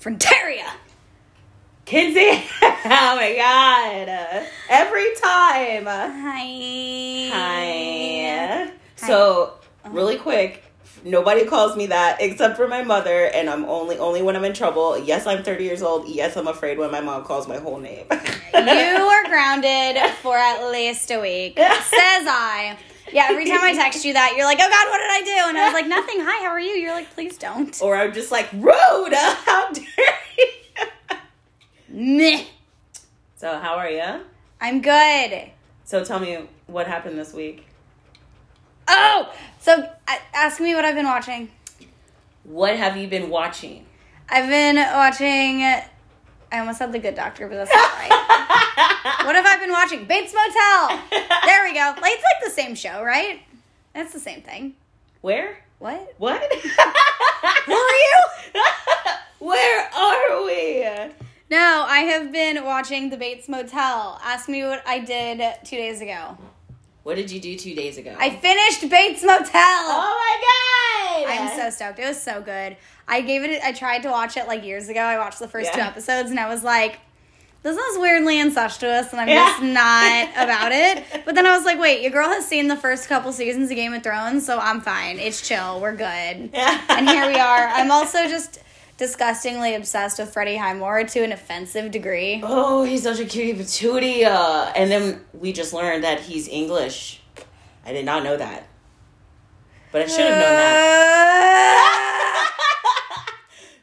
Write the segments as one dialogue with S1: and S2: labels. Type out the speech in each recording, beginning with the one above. S1: Fronteria.
S2: Kinsey. oh my god. Every time.
S1: Hi.
S2: Hi. So, really quick, nobody calls me that except for my mother, and I'm only only when I'm in trouble. Yes, I'm 30 years old. Yes, I'm afraid when my mom calls my whole name.
S1: You are grounded for at least a week, says I. Yeah, every time I text you that, you're like, oh God, what did I do? And I was like, nothing. Hi, how are you? You're like, please don't.
S2: or I'm just like, Rhoda, how dare you?
S1: Meh.
S2: so, how are you?
S1: I'm good.
S2: So, tell me what happened this week.
S1: Oh, so a- ask me what I've been watching.
S2: What have you been watching?
S1: I've been watching. I almost said The Good Doctor, but that's not right. what have I been watching? Bates Motel. There we go. Like, It's like the same show, right? That's the same thing.
S2: Where?
S1: What?
S2: What?
S1: Who are you?
S2: Where are we?
S1: No, I have been watching The Bates Motel. Ask me what I did two days ago.
S2: What did you do two days ago?
S1: I finished Bates Motel.
S2: oh my god!
S1: I'm so stoked. It was so good. I gave it. I tried to watch it like years ago. I watched the first
S2: Yeah.
S1: two episodes, and I was like, "This is weirdly incestuous," and I'm
S2: Yeah.
S1: just not about it. But then I was like, "Wait, your girl has seen the first couple seasons of Game of Thrones, so I'm fine. It's chill. We're good." and here we are. I'm also just disgustingly obsessed with Freddie Highmore to an offensive degree.
S2: Oh, he's such a cutie patootie. Uh, and then we just learned that he's English. I did not know that. But I should have known that.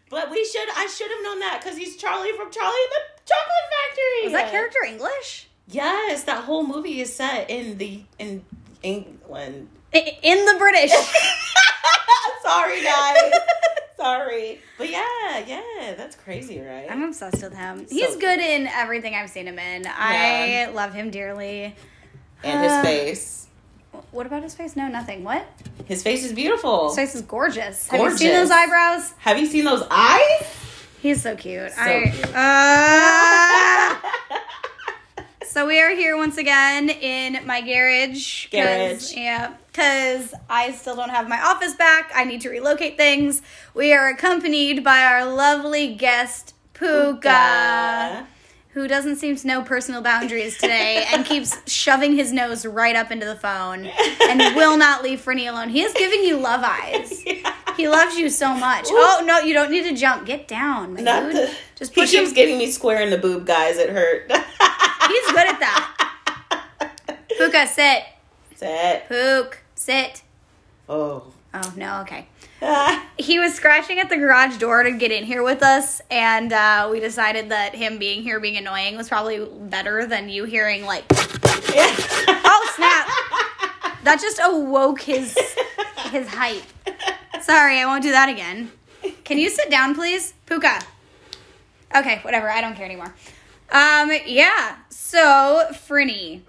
S2: But we should, I should have known that because he's Charlie from Charlie and the Chocolate Factory.
S1: Is that character English?
S2: Yes, that whole movie is set in the in England.
S1: I- In the British.
S2: Sorry, guys. Sorry. But yeah, yeah, that's crazy, right?
S1: I'm obsessed with him. He's
S2: cute.
S1: good in everything I've seen him in. I love him dearly.
S2: and
S1: uh,
S2: his face.
S1: What about his face? No, nothing. What?
S2: His face is beautiful.
S1: His face is gorgeous. Have you seen
S2: Gorgeous.
S1: those eyebrows?
S2: Have you seen those eyes?
S1: He's so cute. So
S2: cute.
S1: uh, so we are here once again in my garage. 'cause-
S2: Garage.
S1: Yeah. Because I still don't have my office back. I need to relocate things. We are accompanied by our lovely guest, Puka, who doesn't seem to know personal boundaries today and keeps shoving his nose right up into the phone and will not leave Frenny alone. He is giving you love eyes. He loves you so much. Oh no, you don't need to jump. Get down, my
S2: Not
S1: dude.
S2: the-
S1: Just
S2: He
S1: push him.
S2: keeps getting me square in the boob, guys. It hurt.
S1: He's good at that. Puka, sit.
S2: Set.
S1: Pook, sit.
S2: Oh.
S1: Oh no, okay.
S2: Ah.
S1: He was scratching at the garage door to get in here with us, and uh, we decided that him being here being annoying was probably better than you hearing like, oh snap. That just awoke his his hype. Sorry, I won't do that again. Can you sit down, please? Puka. Okay, whatever. I don't care anymore. Um, yeah. So, Frinny,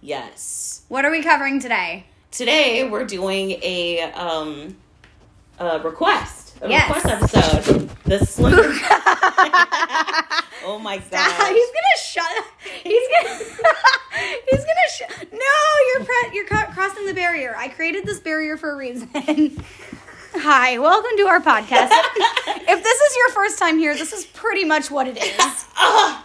S2: yes.
S1: what are we covering today?
S2: Today we're doing a um a request. A
S1: Yes.
S2: request episode. The Slender Oh my
S1: Ah,
S2: god.
S1: he's gonna shut. He's gonna. he's gonna. Sh- no, you're pre- you're cro- crossing the barrier. I created this barrier for a reason. Hi, welcome to our podcast. if this is your first time here, this is pretty much what it is.
S2: Oh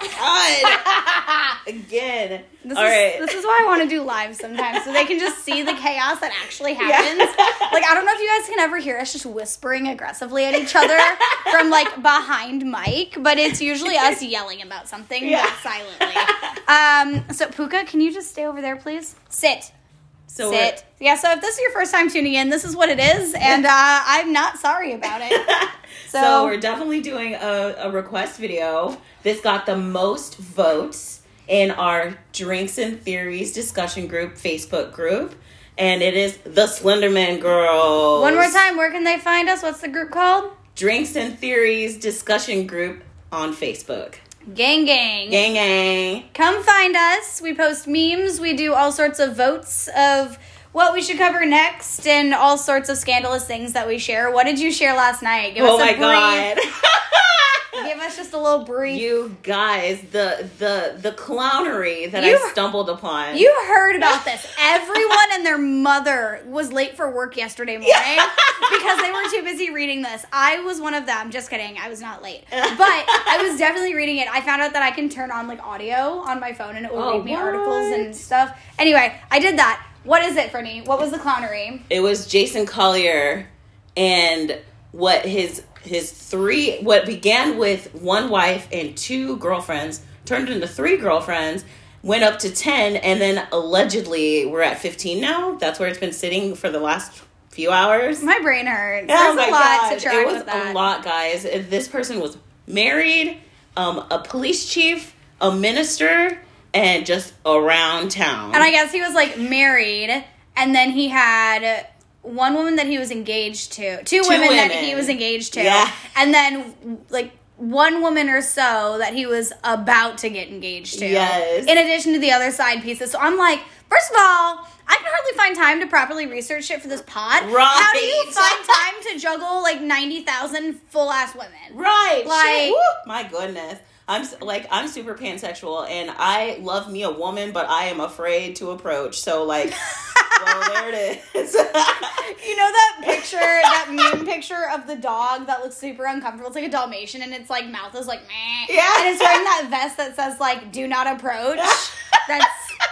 S2: god. Again.
S1: This
S2: All
S1: is,
S2: right.
S1: This is why I want to do live sometimes, so they can just see the chaos that actually happens. Like I don't know if you guys can ever hear us just whispering aggressively at each other from like behind mic, but it's usually us yelling about something
S2: Yeah.
S1: but silently. Um, so Puka, can you just stay over there, please? Sit.
S2: so we're-
S1: Sit. Yeah, so if this is your first time tuning in, this is what it is, and uh, I'm not sorry about it.
S2: So,
S1: So-
S2: we're definitely doing a, a request video. This got the most votes in our Drinks and Theories discussion group Facebook group. And it is the Slenderman Girls.
S1: One more time, where can they find us? What's the group called?
S2: Drinks and Theories discussion group on Facebook.
S1: Gang Gang.
S2: Gang gang.
S1: come find us. We post memes. We do all sorts of votes of what we should cover next and all sorts of scandalous things that we share. What did you share last night? Give
S2: Oh
S1: us a
S2: my
S1: brief.
S2: god.
S1: Give Give us just a little brief. You,
S2: you guys, the the the clownery that
S1: You-
S2: I stumbled upon.
S1: heard about this. Everyone and their mother was late for work yesterday morning because they were too busy reading this. I was one of them. Just kidding. I was not late. But I was definitely reading it. I found out that I can turn on like audio on my phone and it will
S2: Oh,
S1: read me
S2: what?
S1: articles and stuff. Anyway, I did that. What is it, Fernie? What was the clownery?
S2: it was Jason Collier and what his his three what began with one wife and two girlfriends turned into three girlfriends went up to 10 and then allegedly we're at 15 now that's where it's been sitting for the last few hours
S1: My brain hurts. There's
S2: Oh my
S1: a lot
S2: God.
S1: to track
S2: it was
S1: with that.
S2: a lot guys this person was married um, a police chief a minister and just around town
S1: And I guess he was like married, and then he had one woman that he was engaged to, two, women, that
S2: women.
S1: he was engaged to,
S2: Yeah.
S1: and then like one woman or so that he was about to get engaged to.
S2: Yes.
S1: In addition to the other side pieces. So I'm like, first of all, I can hardly find time to properly research shit for this pod.
S2: Right.
S1: How do you find time to juggle like 90,000 full ass women?
S2: Right.
S1: Like-
S2: shit, woo, my goodness. I'm s- like I'm super pansexual and I love me a woman, but I am afraid to approach. So like, well, there it is.
S1: You know that picture, that meme picture of the dog that looks super uncomfortable? It's like a Dalmatian and it's like mouth is like meh.
S2: Yeah.
S1: And it's wearing that vest that says like do not approach. That's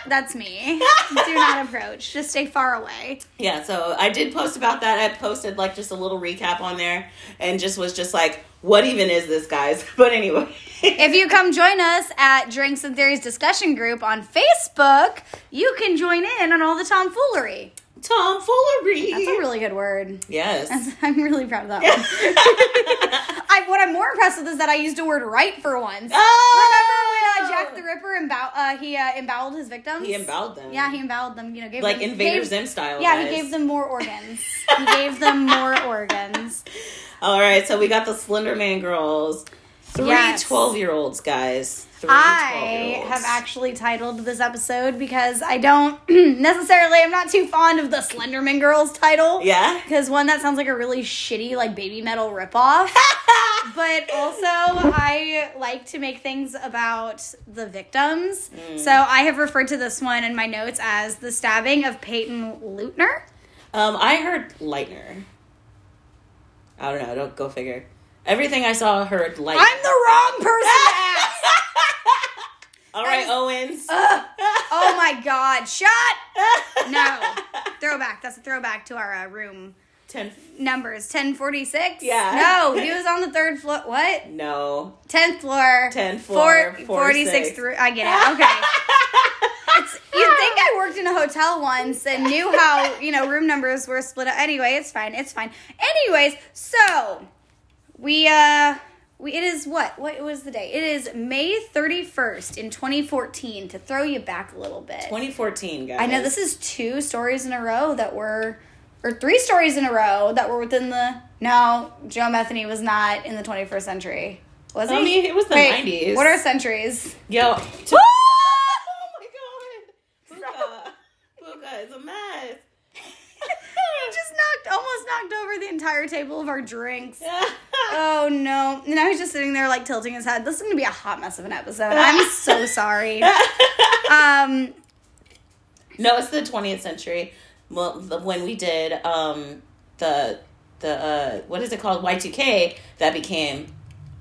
S1: that's me. Do not approach. Just stay far away.
S2: yeah. So I did post about that. I posted like just a little recap on there and just was just like, what even is this, guys? But anyway,
S1: If you come join us at Drinks and Theories discussion group on Facebook, you can join in on all the tomfoolery.
S2: tomfoolery.
S1: That's a really good word.
S2: yes.
S1: I'm really proud of that one. I, what I'm more impressed with is that I used a word right for once.
S2: Oh,
S1: Remember when uh, Jack the Ripper embou- uh, he uh, emboweled his victims?
S2: He emboweled them.
S1: Yeah, he emboweled them. You know, gave
S2: like
S1: them,
S2: Invader
S1: gave-
S2: Zim style.
S1: Yeah,
S2: guys.
S1: he gave them more organs. he gave them more organs.
S2: All right, so we got the Slender Man girls. Three
S1: Yes.
S2: 12 year olds, guys. Three 12
S1: I
S2: year olds.
S1: have actually titled this episode because I don't necessarily. I'm not too fond of the Slenderman Girls title.
S2: Yeah?
S1: Because one, that sounds like a really shitty like baby metal ripoff. but also, I like to make things about the victims. So I have referred to this one in my notes as the stabbing of Peyton Lutner.
S2: Um, I heard Lightner. I don't know, don't go figure. Everything I saw heard light.
S1: I'm the wrong person to ask.
S2: All right,
S1: is-
S2: Owens.
S1: Oh my god! Shut. No. Throwback. That's a throwback to our uh, room
S2: Ten.
S1: numbers. Ten forty six.
S2: Yeah.
S1: No, he was on the third floor. What?
S2: No.
S1: Tenth floor.
S2: 10th floor, four,
S1: 46th
S2: six.
S1: through. I get it. Okay. It's, you'd think I worked in a hotel once and knew how you know room numbers were split up. Anyway, it's fine. It's fine. Anyways, so we uh. We, it is what? What was the day? It is May 31st in 2014 to throw you back a little bit.
S2: 2014, guys.
S1: I know this is two stories in a row that were, or three stories in a row that were within the. No, Joe Metheny was not in the 21st century. Was he?
S2: I mean, it was the
S1: Wait,
S2: 90s.
S1: What are centuries?
S2: Yo.
S1: Woo!
S2: oh my god. Puka. Puka is a mess.
S1: you just knocked, almost knocked over the entire table of our drinks. Oh no. And I was just sitting there like tilting his head. This is gonna be a hot mess of an episode. I'm so sorry. Um,
S2: No, it's the 20th century. Well, the, when we did um, the the uh, what is it called Y2K, that became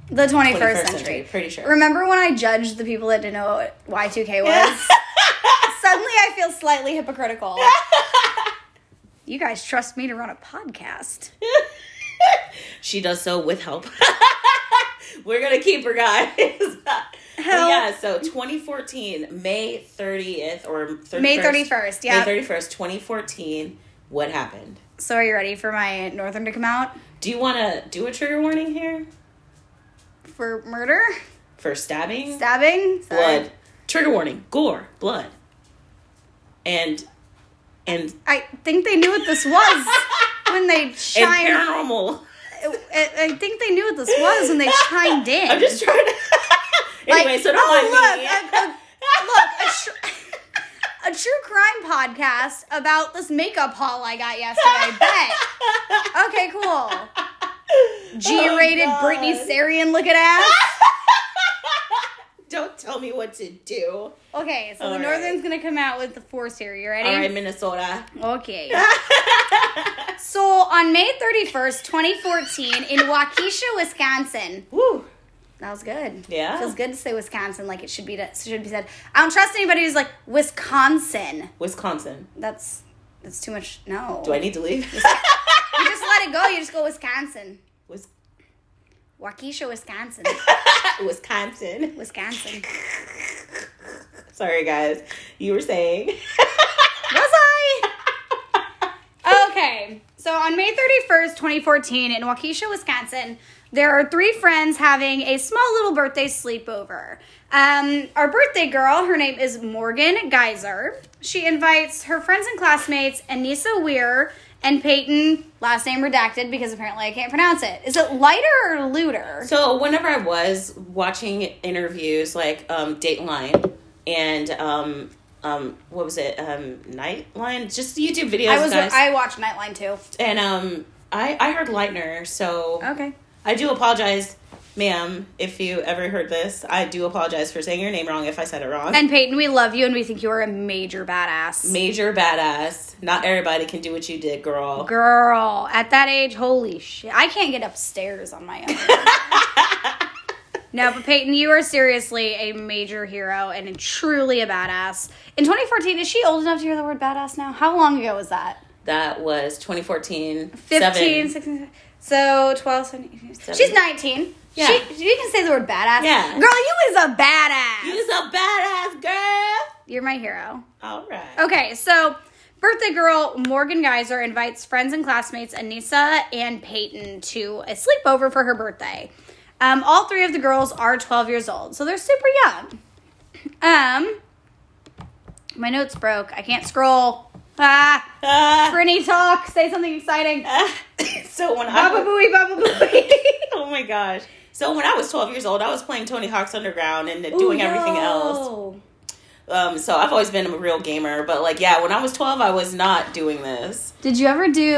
S1: the 21st,
S2: 21st century.
S1: century.
S2: Pretty sure.
S1: Remember when I judged the people that didn't know what Y2K was? Suddenly I feel slightly hypocritical. you guys trust me to run a podcast.
S2: she does so with help. We're gonna keep her, guys. But yeah, so 2014, May 30th or 31st,
S1: May 31st, yeah.
S2: May 31st, 2014. What happened?
S1: So are you ready for my northern to come out
S2: Do you want to do a trigger warning here
S1: for murder?
S2: for stabbing?
S1: Stabbing? Sorry.
S2: blood. Trigger warning: gore, blood, and and
S1: I think they knew what this was when they
S2: and
S1: chimed.
S2: paranormal.
S1: I, I think they knew what this was when they chimed in.
S2: I'm just trying to.
S1: Like,
S2: anyway, so don't
S1: oh,
S2: mind
S1: look,
S2: me.
S1: a- a- look, a, tr- a true crime podcast about this makeup haul I got yesterday. Bet. Okay, cool. G-rated
S2: Oh, God.
S1: Britney Sarian looking ass.
S2: Don't tell me what to do.
S1: Okay, so
S2: All
S1: the
S2: right.
S1: Northern's gonna come out with the four series. You ready?
S2: All right, Minnesota.
S1: Okay. so on May 31st, 2014, in Waukesha, Wisconsin.
S2: Woo.
S1: That was good.
S2: Yeah.
S1: Feels good to say Wisconsin like it should be should be said. I don't trust anybody who's like Wisconsin.
S2: Wisconsin.
S1: That's that's too much. No.
S2: Do I need to leave?
S1: you just let it go. You just go Wisconsin.
S2: Wis-
S1: Waukesha, Wisconsin.
S2: Wisconsin.
S1: Wisconsin.
S2: Sorry, guys. You were saying.
S1: Was I? Okay. So on May 31st, 2014, in Waukesha, Wisconsin, there are three friends having a small little birthday sleepover. Um, our birthday girl, her name is Morgan Geyser. She invites her friends and classmates, Anissa Weir and Peyton, last name redacted because apparently I can't pronounce it. Is it lighter or looter?
S2: So whenever I was watching interviews like um, Dateline and um, um, what was it, um, Nightline, just YouTube videos,
S1: I was
S2: guys.
S1: I watched Nightline too.
S2: and um, I I heard Lightner, so
S1: Okay.
S2: I do apologize, ma'am, if you ever heard this. I do apologize for saying your name wrong if I said it wrong.
S1: And Peyton, we love you and we think you are a major badass.
S2: Major badass. Not everybody can do what you did, girl.
S1: Girl, at that age, holy shit. I can't get upstairs on my own. no, but Peyton, you are seriously a major hero and truly a badass. In 2014, is she old enough to hear the word badass now? How long ago was that?
S2: That was 2014.
S1: 15,
S2: seven.
S1: 16, so 12, 17. She's
S2: Seven.
S1: 19.
S2: Yeah.
S1: She, you can say the word badass.
S2: Yeah.
S1: Girl, you is a badass.
S2: You's a badass girl.
S1: You're my hero.
S2: All right.
S1: Okay, so birthday girl Morgan Geyser invites friends and classmates Anissa and Peyton to a sleepover for her birthday. Um, all three of the girls are 12 years old, so they're super young. Um, my notes broke. I can't scroll. Ah,
S2: Ah,
S1: Brittany, talk. Say something exciting.
S2: ah. so when I
S1: Baba
S2: was,
S1: booey, baba booey.
S2: oh my gosh. So when I was 12 years old, I was playing Tony Hawk's Underground and doing everything else.
S1: Yo.
S2: Um, so I've always been a real gamer, but like, yeah, when I was 12, I was not doing this.
S1: Did you ever do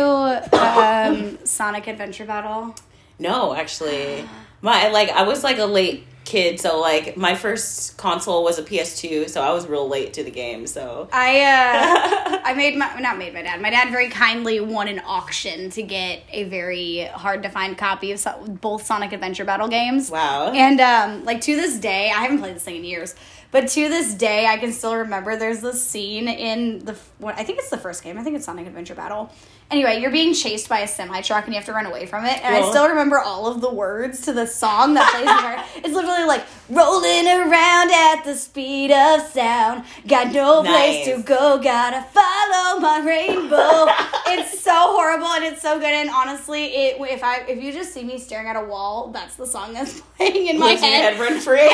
S1: um, Sonic Adventure Battle?
S2: No, actually, my like I was like a late kid, so like my first console was a PS2, so I was real late to the game. So
S1: I uh, I made my not made my dad. My dad very kindly won an auction to get a very hard to find copy of so- both Sonic Adventure Battle games.
S2: wow,
S1: And um, like to this day, I haven't played this thing in years, but to this day, I can still remember. There's this scene in the f- what I think it's the first game. I think it's Sonic Adventure Battle. Anyway, you're being chased by a semi truck and you have to run away from it. And I
S2: Cool.
S1: still remember all of the words to the song that plays. in her. It's literally like rolling around at the speed of sound. Got no place to
S2: Nice.
S1: go. Gotta follow my rainbow. it's so horrible and it's so good. And honestly, it if I if you just see me staring at a wall, that's the song that's playing in my
S2: Lives in your
S1: head.
S2: head run free.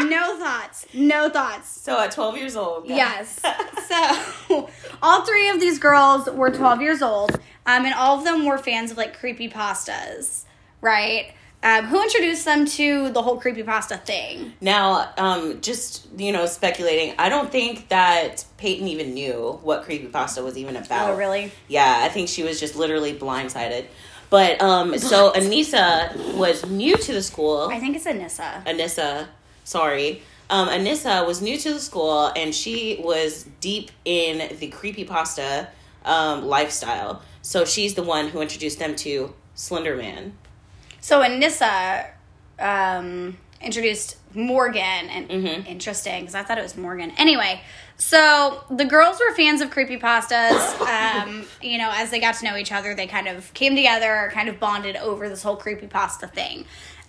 S1: No thoughts. No thoughts.
S2: so at 12 years old, guys,
S1: Yes. So, all three of these girls were 12 years old, um, and all of them were fans of like creepy pastas, right? Um, who introduced them to the whole creepy pasta thing?
S2: Now, um, just you know, speculating. I don't think that Peyton even knew what creepypasta was even about.
S1: Oh, really?
S2: Yeah, I think she was just literally blindsided. But um, so Anissa was new to the school.
S1: I think it's Anissa.
S2: Anissa, sorry. Um, Anissa was new to the school and she was deep in the creepypasta um, lifestyle. So she's the one who introduced them to Slender Man.
S1: So Anissa um, introduced Morgan, and interesting because I thought it was Morgan. Anyway, so the girls were fans of creepypastas. Um, you know, as they got to know each other, they kind of came together, kind of bonded over this whole creepypasta thing.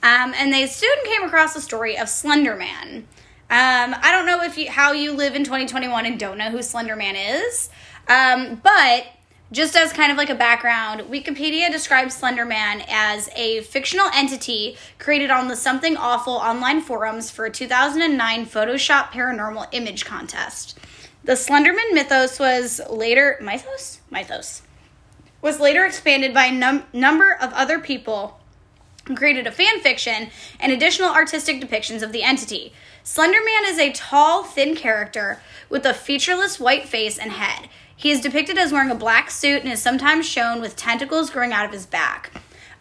S1: Um, and they soon came across the story of Slender Man. Um, I don't know if you, how you live in 2021 and don't know who Slender Man is, um, but just as kind of like a background, Wikipedia describes Slender Man as a fictional entity created on the Something Awful online forums for a 2009 Photoshop paranormal image contest. The Slenderman mythos was later mythos mythos was later expanded by a num- number of other people and created a fan fiction and additional artistic depictions of the entity. Slenderman is a tall, thin character with a featureless white face and head. He is depicted as wearing a black suit and is sometimes shown with tentacles growing out of his back.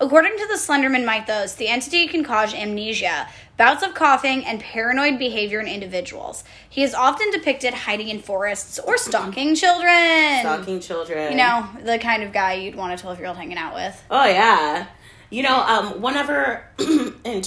S1: According to the Slenderman mythos, the entity can cause amnesia, bouts of coughing, and paranoid behavior in individuals. He is often depicted hiding in forests or stalking children.
S2: Stalking children.
S1: You know, the kind of guy you'd want a 12 year old hanging out with.
S2: Oh yeah. You know, um, whenever in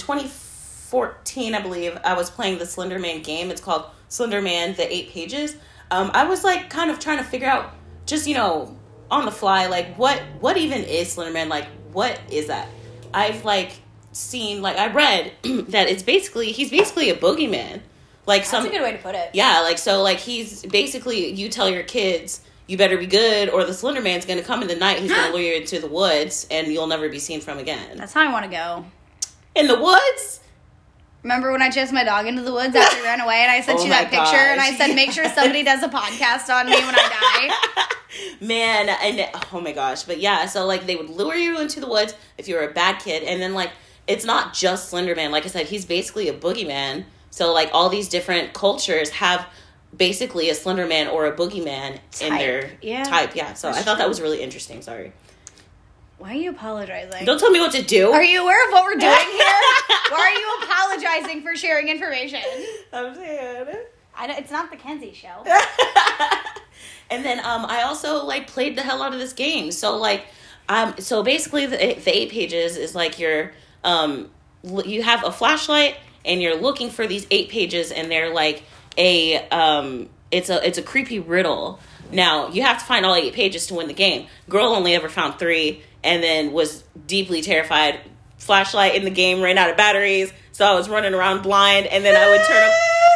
S2: 2014, I believe I was playing the Slender Man game. It's called Slender Man: The Eight Pages. Um, I was like kind of trying to figure out, just you know, on the fly, like what what even is Slender Man? Like what is that? I've like seen, like I read that it's basically he's basically a boogeyman. Like
S1: That's
S2: some
S1: a good way to put it.
S2: yeah, like so, like he's basically you tell your kids you better be good, or the Slender Man's gonna come in the night. He's gonna lure you into the woods, and you'll never be seen from again.
S1: That's how I want to go.
S2: In the woods?
S1: Remember when I chased my dog into the woods after he ran away and I sent
S2: Oh
S1: you
S2: my
S1: that picture and I
S2: gosh,
S1: said, make sure somebody does a podcast on me when I die?
S2: Man, and oh my gosh, but yeah, so like they would lure you into the woods if you were a bad kid, and then like it's not just Slender Man. Like I said, he's basically a boogeyman. So like all these different cultures have basically a Slender Man or a boogeyman in
S1: Type,
S2: their
S1: yeah.
S2: type. Yeah. So I
S1: That's
S2: thought that
S1: true.
S2: was really interesting. Sorry.
S1: Why are you apologizing?
S2: Don't tell me what to do.
S1: Are you aware of what we're doing here? Why are you apologizing for sharing information?
S2: I'm saying.
S1: I know, it's not the Kenzie show.
S2: and then um, I also like played the hell out of this game. So like, um, so basically the, the eight pages is like you're um, l- you have a flashlight and you're looking for these eight pages and they're like a um, it's a it's a creepy riddle. Now you have to find all eight pages to win the game. Girl only ever found three and then was deeply terrified. Flashlight in the game ran out of batteries, so I was running around blind. And then I would turn up.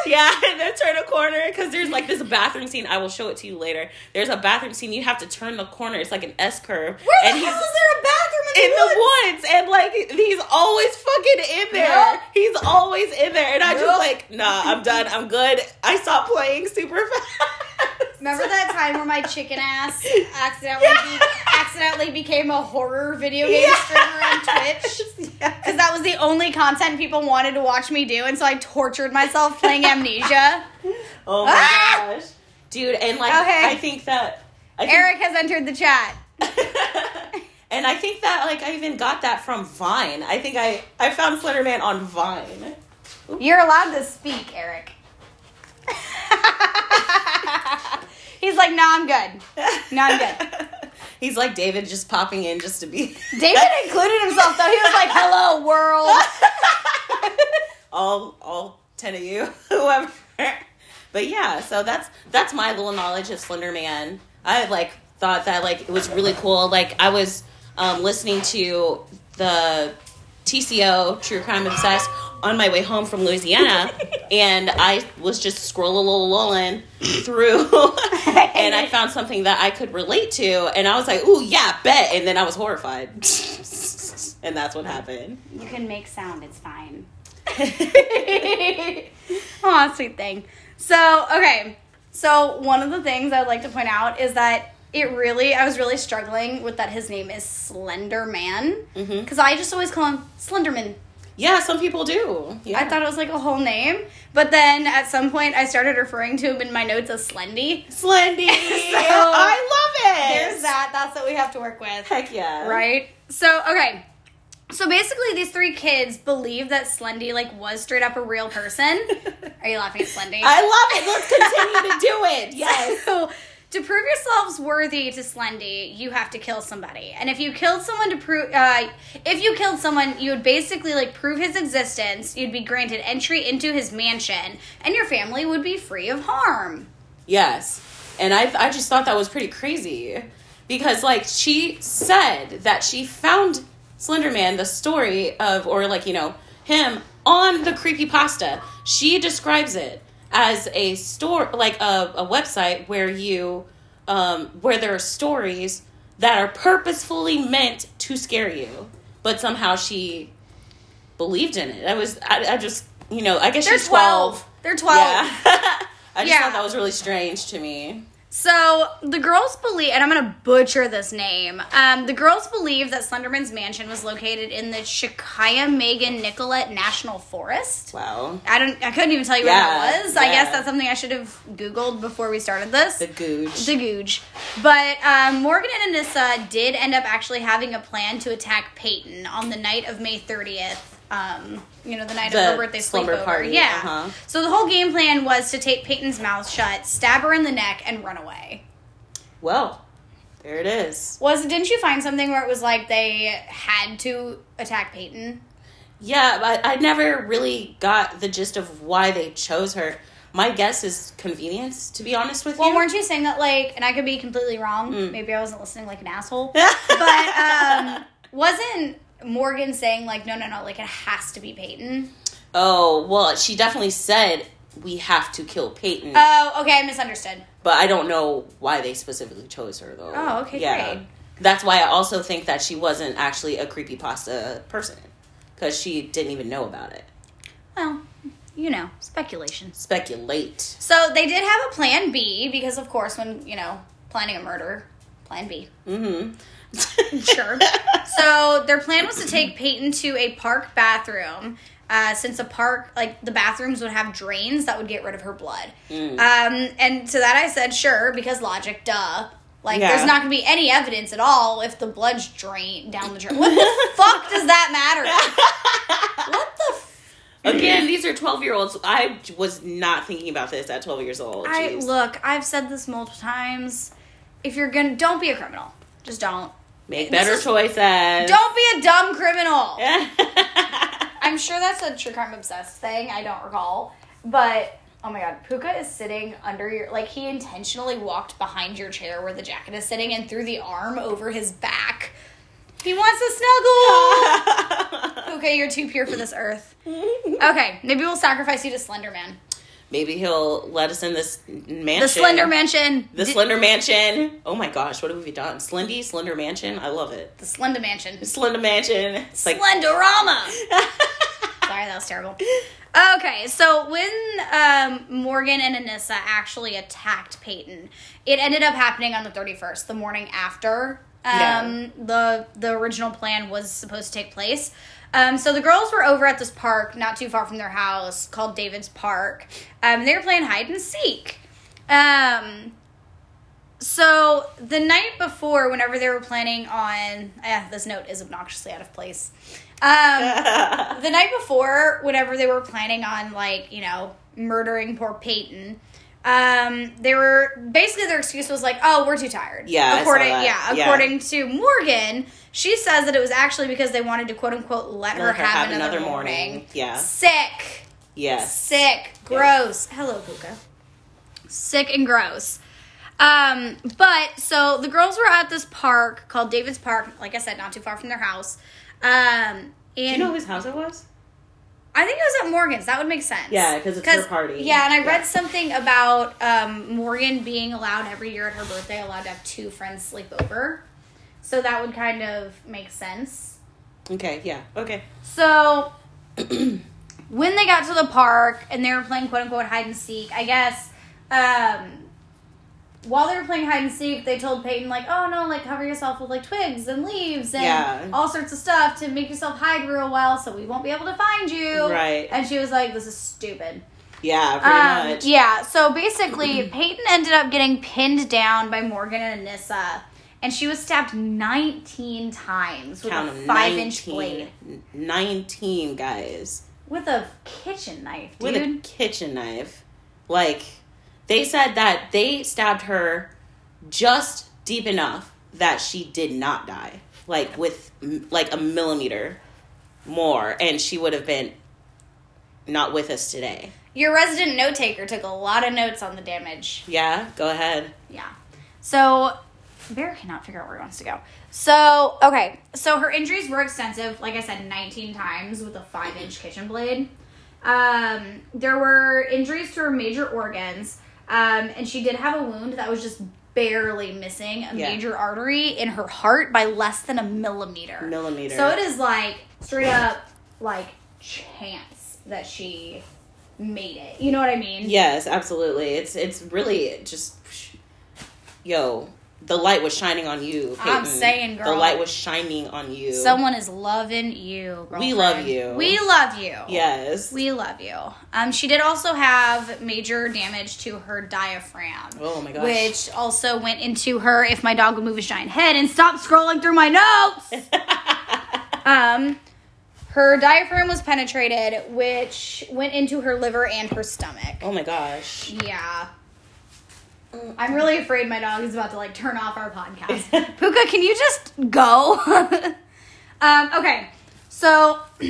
S2: Yeah, and then turn a corner because there's like this bathroom scene. I will show it to you later. There's a bathroom scene. You have to turn the corner. It's like an S curve.
S1: Where the
S2: and
S1: hell is there a bathroom in the,
S2: in the woods, and like he's always fucking in there.
S1: Nope.
S2: He's always in there, and I
S1: Nope.
S2: just like, nah, I'm done. I'm good. I stopped playing super fast.
S1: Remember that time where my chicken ass accidentally be- accidentally became a horror video game
S2: Yeah.
S1: streamer on Twitch?
S2: Yeah.
S1: Because that was the only content people wanted to watch me do, and so I tortured myself playing Amnesia.
S2: Oh my
S1: Ah!
S2: gosh, dude, and like
S1: Okay.
S2: I think that I think
S1: Eric has entered the chat.
S2: and I think that like I even got that from Vine. I think I I found Slenderman on Vine.
S1: You're allowed to speak, Eric. He's like, no, I'm good. No, I'm good.
S2: He's like David, just popping in just to be
S1: David included himself, though. He was like, hello, world.
S2: all all ten of you, whoever. But yeah, so that's that's my little knowledge of Slender Man. I like thought that like it was really cool. Like I was um, listening to the TCO True Crime Obsessed on my way home from Louisiana, and I was just scrolling through and I found something that I could relate to, and I was like, "Ooh, yeah, bet." And then I was horrified, and that's what happened.
S1: You can make sound, it's fine. Aw, sweet thing. So, okay. So, one of the things I would like to point out is that it really, I was really struggling with that his name is Slender Man. Because I just always call him Slenderman.
S2: Yeah, some people do. Yeah.
S1: I thought it was like a whole name. But then at some point, I started referring to him in my notes as Slendy.
S2: Slendy. I love it.
S1: There's that. That's what we have to work with.
S2: Heck yeah.
S1: Right? So, okay. So basically, these three kids believe that Slendy like was straight up a real person. Are you laughing at Slendy?
S2: I love it. Let's continue to do it. Yes.
S1: So, to prove yourselves worthy to Slendy, you have to kill somebody. And if you killed someone to prove, uh, if you killed someone, you would basically like prove his existence. You'd be granted entry into his mansion, and your family would be free of harm.
S2: Yes. And I, I just thought that was pretty crazy because, like, she said that she found Slender Man, the story of, or like, you know, him on the creepypasta. She describes it as a store, like a, a website where you, um, where there are stories that are purposefully meant to scare you. But somehow she believed in it. I was, I, I just, you know, I guess
S1: They're
S2: she's 12.
S1: twelve. They're twelve.
S2: Yeah. I just
S1: Yeah.
S2: thought that was really strange to me.
S1: So the girls believe, and I'm gonna butcher this name. Um, the girls believe that Slenderman's mansion was located in the Shekiah Megan Nicolette National Forest.
S2: Wow.
S1: I don't. I couldn't even tell you
S2: Yeah,
S1: where that was. I guess
S2: yeah.
S1: that's something I should have googled before we started this.
S2: The gooch.
S1: the Googe. But um, Morgan and Anissa did end up actually having a plan to attack Peyton on the night of May 30th. Um, you know, the night
S2: The
S1: of her birthday
S2: slumber
S1: sleepover.
S2: party,
S1: Yeah.
S2: uh-huh.
S1: So the whole game plan was to take Peyton's mouth shut, stab her in the neck, and run away.
S2: well, there it is.
S1: Was didn't you find something where it was like they had to attack Peyton?
S2: Yeah, but I never really got the gist of why they chose her. My guess is convenience, to be honest with
S1: Well,
S2: you.
S1: weren't you saying that like, and I could be completely wrong. Maybe I wasn't listening like an asshole.
S2: but
S1: but um, wasn't Morgan saying like, no, no, no, like it has to be Peyton?
S2: oh well, she definitely said we have to kill Peyton,
S1: Oh, okay, I misunderstood.
S2: but I don't know why they specifically chose her though.
S1: Oh, okay, great.
S2: That's why I also think that she wasn't actually a creepypasta person because she didn't even know about it.
S1: Well, you know, speculations.
S2: Speculate.
S1: So they did have a plan B because, of course, when you know planning a murder, plan B.
S2: Mm-hmm.
S1: Sure. so their plan was to take Peyton to a park bathroom. Uh, since the park, like the bathrooms would have drains that would get rid of her blood.
S2: Mm.
S1: Um, and to that I said, sure, because logic, duh. Like,
S2: Yeah.
S1: there's not gonna be any evidence at all if the blood's drained down the drain. What the fuck does that matter? what the
S2: Again, these are 12 year olds. I was not thinking about this at 12 years old.
S1: I
S2: Jeez.
S1: look, I've said this multiple times. If you're gonna don't be a criminal. Just don't.
S2: Make better choices.
S1: Don't be a dumb criminal.
S2: I
S1: I'm sure that's a true crime obsessed thing, I don't recall. But oh my god, Puka is sitting under your like he intentionally walked behind your chair where the jacket is sitting and threw the arm over his back. He wants to snuggle. Puka, you're too pure for this earth. Okay, maybe we'll sacrifice you to Slender Man.
S2: Maybe he'll let us in this mansion.
S1: The Slender Mansion.
S2: The
S1: Di-
S2: Slender Mansion. Oh my gosh, what have we done? Slendy, Slender Mansion. I love it.
S1: the Slender Mansion.
S2: Slender Mansion. It's
S1: Splendorama.
S2: like
S1: Sorry, that was terrible. Okay, so when um, Morgan and Anissa actually attacked Peyton, it ended up happening on the 31st, the morning after um, the the original plan was supposed to take place. Um, so the girls were over at this park not too far from their house called David's Park. Um, they were playing hide and seek. Um, so the night before, whenever they were planning on, eh, this note is obnoxiously out of place. Um, the night before, whenever they were planning on, like you know, murdering poor Peyton, um, they were basically their excuse was like, "Oh, we're too tired."
S2: Yeah, I saw
S1: according
S2: that.
S1: yeah,
S2: Yeah.
S1: according to Morgan, she says that it was actually because they wanted to quote unquote let, her, have, another, morning.
S2: Yeah.
S1: Sick
S2: yes.
S1: sick, gross. Hello, Puka. Sick and gross. Um, but so the girls were at this park called David's Park, like I said, not too far from their house. Um, and
S2: Do you know whose house it was?
S1: I think it was at Morgan's. That would make sense.
S2: Yeah, 'cause it's her party.
S1: Yeah, and I
S2: Yeah.
S1: read something about um, Morgan being allowed every year at her birthday, allowed to have two friends sleep over. So that would kind of make sense.
S2: Okay, yeah. Okay.
S1: So when they got to the park and they were playing quote unquote hide and seek, I guess um, while they were playing hide and seek, they told Peyton like, "Oh no, like cover yourself with like twigs and leaves and
S2: Yeah.
S1: all sorts of stuff to make yourself hide real well, so we won't be able to find you."
S2: Right.
S1: And she was like, "This is stupid."
S2: Yeah, pretty
S1: Um,
S2: much.
S1: Yeah. So basically, Peyton ended up getting pinned down by Morgan and Anissa. And she was stabbed 19 times with
S2: Count
S1: a
S2: of
S1: 5 inch
S2: 19
S1: blade.
S2: n- 19 guys.
S1: With a kitchen knife, dude.
S2: with a kitchen knife. Like they said that they stabbed her just deep enough that she did not die. Like with m- like a millimeter more and she would have been not with us today.
S1: Your resident note taker took a lot of notes on the damage.
S2: Yeah, go ahead.
S1: Yeah. So Bear cannot figure out where he wants to go. So okay. So her injuries were extensive, like I said, 19 times with a five inch kitchen blade. Um, there were injuries to her major organs, um, and she did have a wound that was just barely missing a
S2: Yeah.
S1: major artery in her heart by less than a millimeter.
S2: Millimeter.
S1: So it is like straight up like chance that she made it. You know what I mean?
S2: Yes, absolutely. It's it's really just yo, the light was shining on you.
S1: I'm
S2: Peyton.
S1: saying, girl.
S2: the light was shining on you.
S1: Someone is loving you.
S2: We
S1: girlfriend.
S2: love you.
S1: We love you.
S2: yes.
S1: We love you. Um, she did also have major damage to her diaphragm.
S2: Oh my gosh.
S1: Which also went into her if my dog would move his giant head and stop scrolling through my notes. um, her diaphragm was penetrated, which went into her liver and her stomach.
S2: oh my gosh.
S1: Yeah. I'm really afraid my dog is about to like turn off our podcast. Puka, can you just go? um, okay. So,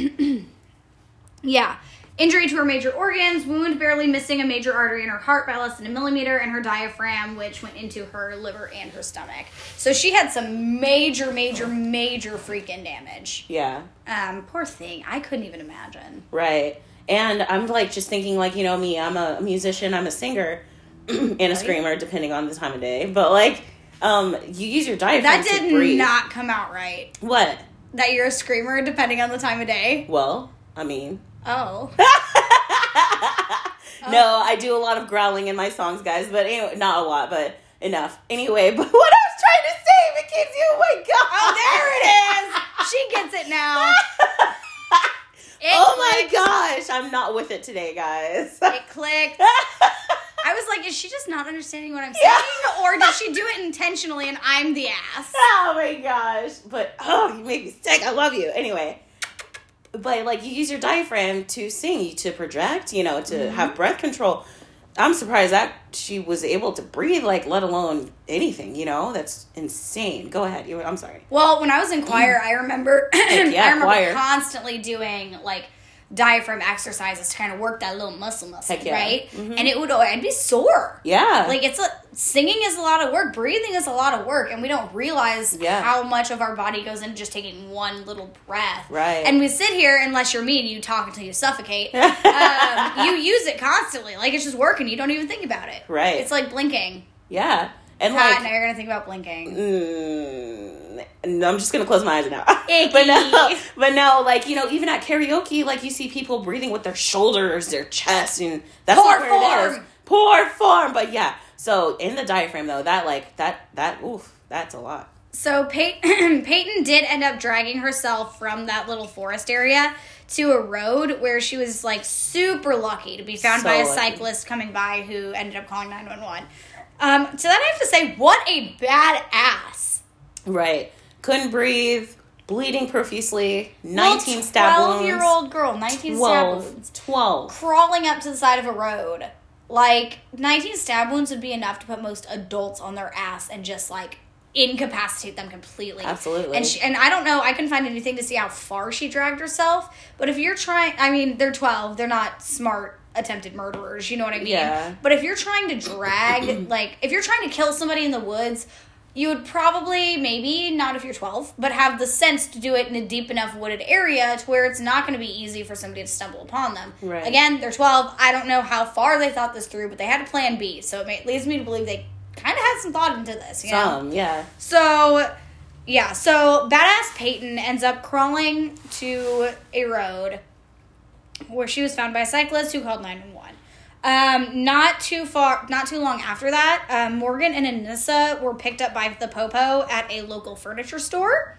S1: yeah. Injury to her major organs, wound barely missing a major artery in her heart by less than a millimeter, and her diaphragm, which went into her liver and her stomach. So she had some major, major, major freaking damage.
S2: Yeah.
S1: Um, poor thing. I couldn't even imagine.
S2: Right. And I'm like just thinking like, you know, me, I'm a musician, I'm a singer and a screamer, depending on the time of day. But like, um, you use your diaphragm.
S1: That
S2: to breathe.
S1: did not come out right.
S2: What?
S1: that you're a screamer depending on the time of day.
S2: Well, I mean,
S1: Oh.
S2: no, I do a lot of growling in my songs, guys. But anyway, not a lot, but enough. Anyway, but what I was trying to say, it keeps you. Oh my god!
S1: there it is. She gets it now. It
S2: oh my
S1: clicked.
S2: gosh! I'm not with it today, guys.
S1: It clicked. I was like, is she just not understanding what I'm saying?
S2: Yeah.
S1: Or did she do it intentionally and I'm the ass?
S2: Oh my gosh. But oh, you make me sick. I love you. Anyway. But like you use your diaphragm to sing, to project, you know, to have breath control. I'm surprised that she was able to breathe, like let alone anything, you know? That's insane. Go ahead. You I'm sorry.
S1: Well, when I was in choir, I remember I remember
S2: choir.
S1: constantly doing like diaphragm exercises to kind of work that little muscle muscle,
S2: Heck yeah. Mm-hmm.
S1: right? And it would I'd be sore.
S2: Yeah.
S1: like it's a singing is a lot of work breathing is a lot of work and we don't realize
S2: Yeah.
S1: how much of our body goes into just taking one little breath
S2: Right.
S1: and we sit here unless you're me and you talk until you suffocate um, you use it constantly like it's just working you don't even think about it
S2: Right.
S1: it's like blinking
S2: yeah. And
S1: Pat, now
S2: like
S1: you're gonna think about blinking
S2: mm, no, I'm just gonna close my eyes now.
S1: Icky.
S2: but no but no, like, you know, even at karaoke, like you see people breathing with their shoulders, their chest, and that's
S1: Poor
S2: not where it is.
S1: form.
S2: Poor form. But yeah. So in the diaphragm though, that like that that oof, that's a lot.
S1: so Peyton, Peyton did end up dragging herself from that little forest area to a road where she was like super lucky to be found
S2: So
S1: by a
S2: lucky.
S1: cyclist coming by who ended up calling 911. Um, so then I have to say, what a badass.
S2: Right. Couldn't breathe, bleeding profusely,
S1: Little
S2: nineteen stab wounds.
S1: year old girl, 19 stab wounds.
S2: 12, 12.
S1: Crawling up to the side of a road. Like, 19 stab wounds would be enough to put most adults on their ass and just like incapacitate them completely.
S2: Absolutely.
S1: And she, and I don't know, I couldn't find anything to see how far she dragged herself. But if you're trying, I mean, they're 12, they're not smart attempted murderers, you know what I mean?
S2: Yeah.
S1: But if you're trying to drag, like, if you're trying to kill somebody in the woods, you would probably, maybe not if you're 12, but have the sense to do it in a deep enough wooded area to where it's not going to be easy for somebody to stumble upon them.
S2: Right.
S1: Again, they're 12. I don't know how far they thought this through, but they had a plan B. So it may, leads me to believe they kind of had some thought into this, you know?
S2: Some, Um, yeah.
S1: So, yeah, so badass Peyton ends up crawling to a road where she was found by a cyclist who called 911. Um, not too far, not too long after that, um, Morgan and Anissa were picked up by the Popo at a local furniture store.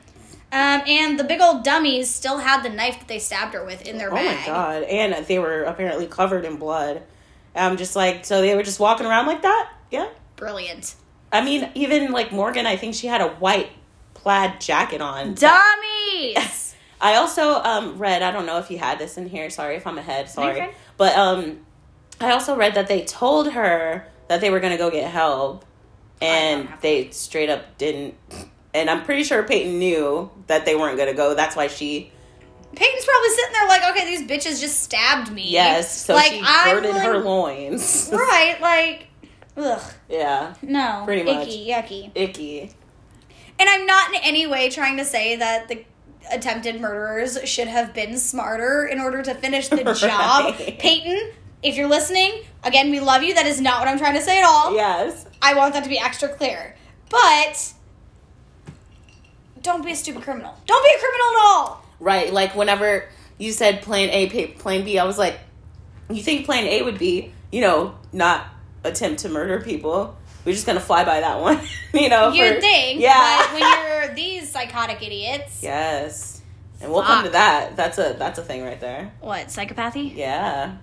S1: Um, and the big old dummies still had the knife that they stabbed her with in their
S2: Oh
S1: bag.
S2: my god! And they were apparently covered in blood. I'm just like, so they were just walking around like that. Yeah.
S1: Brilliant.
S2: I mean, even like Morgan, I think she had a white plaid jacket on.
S1: Dummies!
S2: I also um, read. I don't know if you had this in here. Sorry if I'm ahead.
S1: you're
S2: Sorry,
S1: fine.
S2: but um, I also read that they told her that they were going to go get help, and
S1: have
S2: they straight up didn't. And I'm pretty sure Peyton knew that they weren't going to go. That's why she
S1: Peyton's probably sitting there like, okay, these bitches just stabbed me.
S2: yes. So she
S1: I'm
S2: girded her
S1: willing-
S2: loins.
S1: Right, like, ugh,
S2: yeah.
S1: no,
S2: Pretty much.
S1: icky, yucky.
S2: Icky.
S1: And I'm not in any way trying to say that the attempted murderers should have been smarter in order to finish the job.
S2: Right.
S1: Peyton, if you're listening, again, we love you. That is not what I'm trying to say at all.
S2: Yes.
S1: I want that to be extra clear. But don't be a stupid criminal. Don't be a criminal at all.
S2: Right. Like whenever you said plan A, pa- plan B, I was like, you think plan A would be, you know, not attempt to murder people. we're just gonna fly by that one. you know,
S1: You'd
S2: for-
S1: think,
S2: yeah,
S1: but when you're these psychotic idiots,
S2: yes, and we'll come to
S1: Fuck.
S2: that. That's a that's a thing right there.
S1: what psychopathy?
S2: Yeah,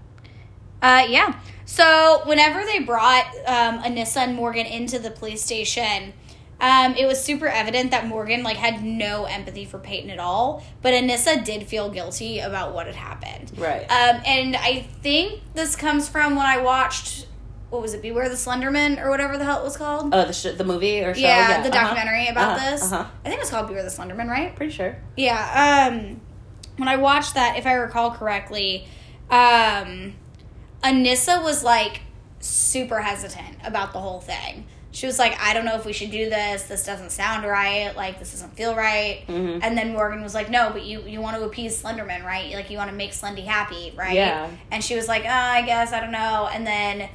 S1: Uh, yeah. So whenever they brought um, Anissa and Morgan into the police station, um, it was super evident that Morgan like had no empathy for Peyton at all. But Anissa did feel guilty about what had happened.
S2: right.
S1: Um, and I think this comes from when I watched what was it, Beware the Slenderman or whatever the hell it was called.
S2: oh, the sh- the movie or show?
S1: yeah, the
S2: uh-huh,
S1: documentary about
S2: uh-huh,
S1: this.
S2: Uh-huh.
S1: I think it's called Beware the Slenderman, right?
S2: Pretty sure.
S1: Yeah. Um, when I watched that, if I recall correctly, um, Anissa was like super hesitant about the whole thing. She was like, I don't know if we should do this. This doesn't sound right. Like, this doesn't feel right.
S2: Mhm.
S1: And then Morgan was like, No, but you, you want to appease Slenderman, right? Like, you want to make Slendy happy, right?
S2: Yeah.
S1: And she was like, uh, I guess, I don't know. And then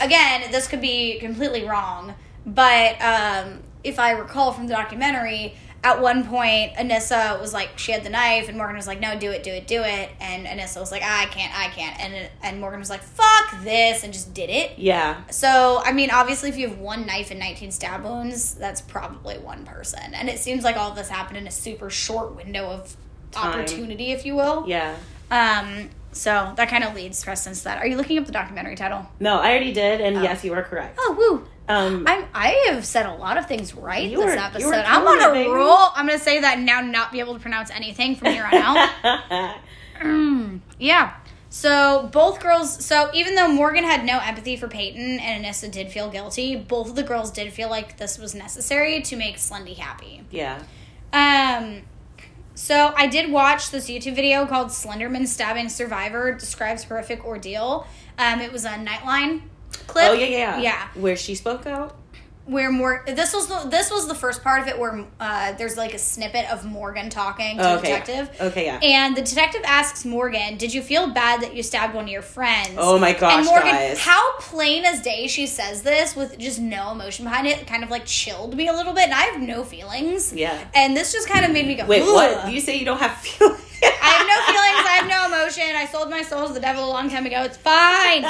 S1: again, this could be completely wrong, but um, if I recall from the documentary, at one point Anissa was like, she had the knife, and Morgan was like, no, do it, do it, do it, and Anissa was like, "Ah, I can't, I can't, and and Morgan was like, fuck this, and just did it.
S2: Yeah,
S1: So I mean, obviously, if you have one knife and nineteen stab wounds, that's probably one person, and it seems like all this happened in a super short window of
S2: Time.
S1: opportunity, if you will.
S2: yeah.
S1: Um. So that kind of leads Preston to that. Are you looking up the documentary title?
S2: No, I already did, and
S1: Oh.
S2: yes, you were correct.
S1: Oh, woo.
S2: Um,
S1: I'm, I have said a lot of things right
S2: You
S1: this
S2: were- you
S1: episode.
S2: were
S1: I'm
S2: killing
S1: on a
S2: it, baby.
S1: roll. I'm going to say that now, not be able to pronounce anything from here on out. Mm, yeah. So both girls. So even though Morgan had no empathy for Peyton and Anissa did feel guilty, both of the girls did feel like this was necessary to make Slendy happy.
S2: yeah.
S1: Um, so I did watch this YouTube video called "Slenderman Stabbing Survivor Describes Horrific Ordeal." Um, it was a Nightline clip.
S2: Oh yeah, yeah,
S1: Yeah.
S2: Where she spoke out.
S1: where more this was the, this was the first part of it where uh, there's like a snippet of Morgan talking to the
S2: Oh, okay.
S1: detective.
S2: Okay, yeah.
S1: And the detective asks Morgan, "Did you feel bad that you stabbed one of your friends?"
S2: oh my gosh,
S1: and Morgan,
S2: guys.
S1: how plain as day she says this with just no emotion behind it, kind of like chilled me a little bit, and I have no feelings.
S2: Yeah.
S1: And this just kind of made me go,
S2: Wait,
S1: "Ugh."
S2: what? You say you don't have feelings?
S1: I have no feelings. I have no emotion. I sold my soul to the devil a long time ago. It's fine.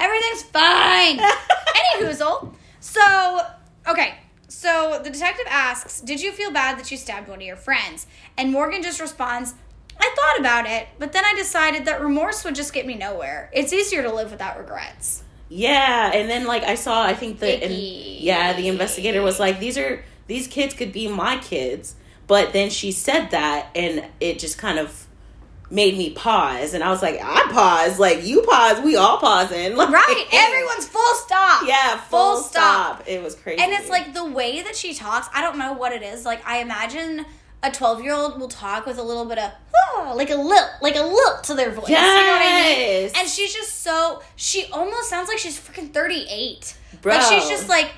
S1: Everything's fine. Any whoozle. So, okay. So the detective asks, Did you feel bad that you stabbed one of your friends? And Morgan just responds, I thought about it, but then I decided that remorse would just get me nowhere. It's easier to live without regrets.
S2: yeah, and then like I saw, I think the and,
S1: Icky.
S2: yeah, the investigator was like, these are these kids could be my kids, but then she said that, and it just kind of made me pause, and I was like, I pause, like you pause, we all pausing, like,
S1: Right? Everyone's full stop.
S2: yeah, full,
S1: Full
S2: stop.
S1: stop.
S2: It was crazy,
S1: And it's like the way that she talks, I don't know what it is. Like I imagine a twelve year old will talk with a little bit of "Huh," like a lilt, like a lilt to their voice. You know what I mean?
S2: Yes.
S1: And she's just so she almost sounds like she's freaking thirty eight.
S2: Bro.
S1: But she's just like,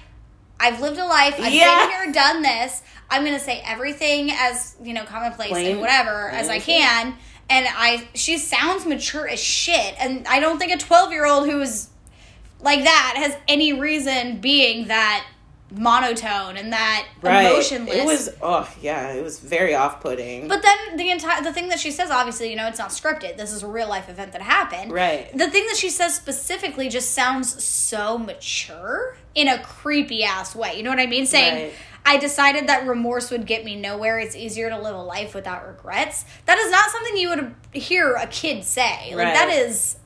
S1: I've lived a life, I've
S2: Yeah.
S1: been here, done this. I'm gonna say everything as, you know, commonplace
S2: Plain Mm-hmm.
S1: and whatever as I
S2: and
S1: can. And I she sounds mature as shit. And I don't think a twelve year old who's like that has any reason being that monotone and that
S2: right.
S1: emotionless.
S2: It was oh yeah, it was very off putting.
S1: but then the entire the thing that she says, obviously, you know, it's not scripted. This is a real life event that happened.
S2: Right.
S1: The thing that she says specifically just sounds so mature in a creepy ass way. You know what I mean? Saying.
S2: Right.
S1: I decided that remorse would get me nowhere. It's easier to live a life without regrets. That is not something you would hear a kid say. Like that
S2: Right.
S1: is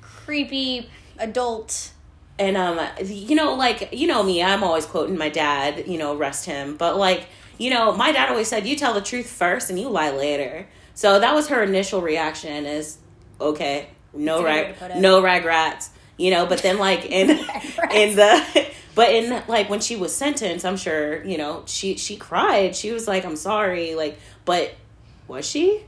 S1: creepy adult.
S2: And um, you know, like you know me, I'm always quoting my dad. You know, rest him. But like, you know, my dad always said, "You tell the truth first, and you lie later." So that was her initial reaction: is okay,
S1: That's a
S2: no
S1: good way
S2: rag,
S1: to put it.
S2: no ragrats. You know, but then like in in the but in like when she was sentenced, I'm sure you know she she cried. She was like, "I'm sorry," like, but was she?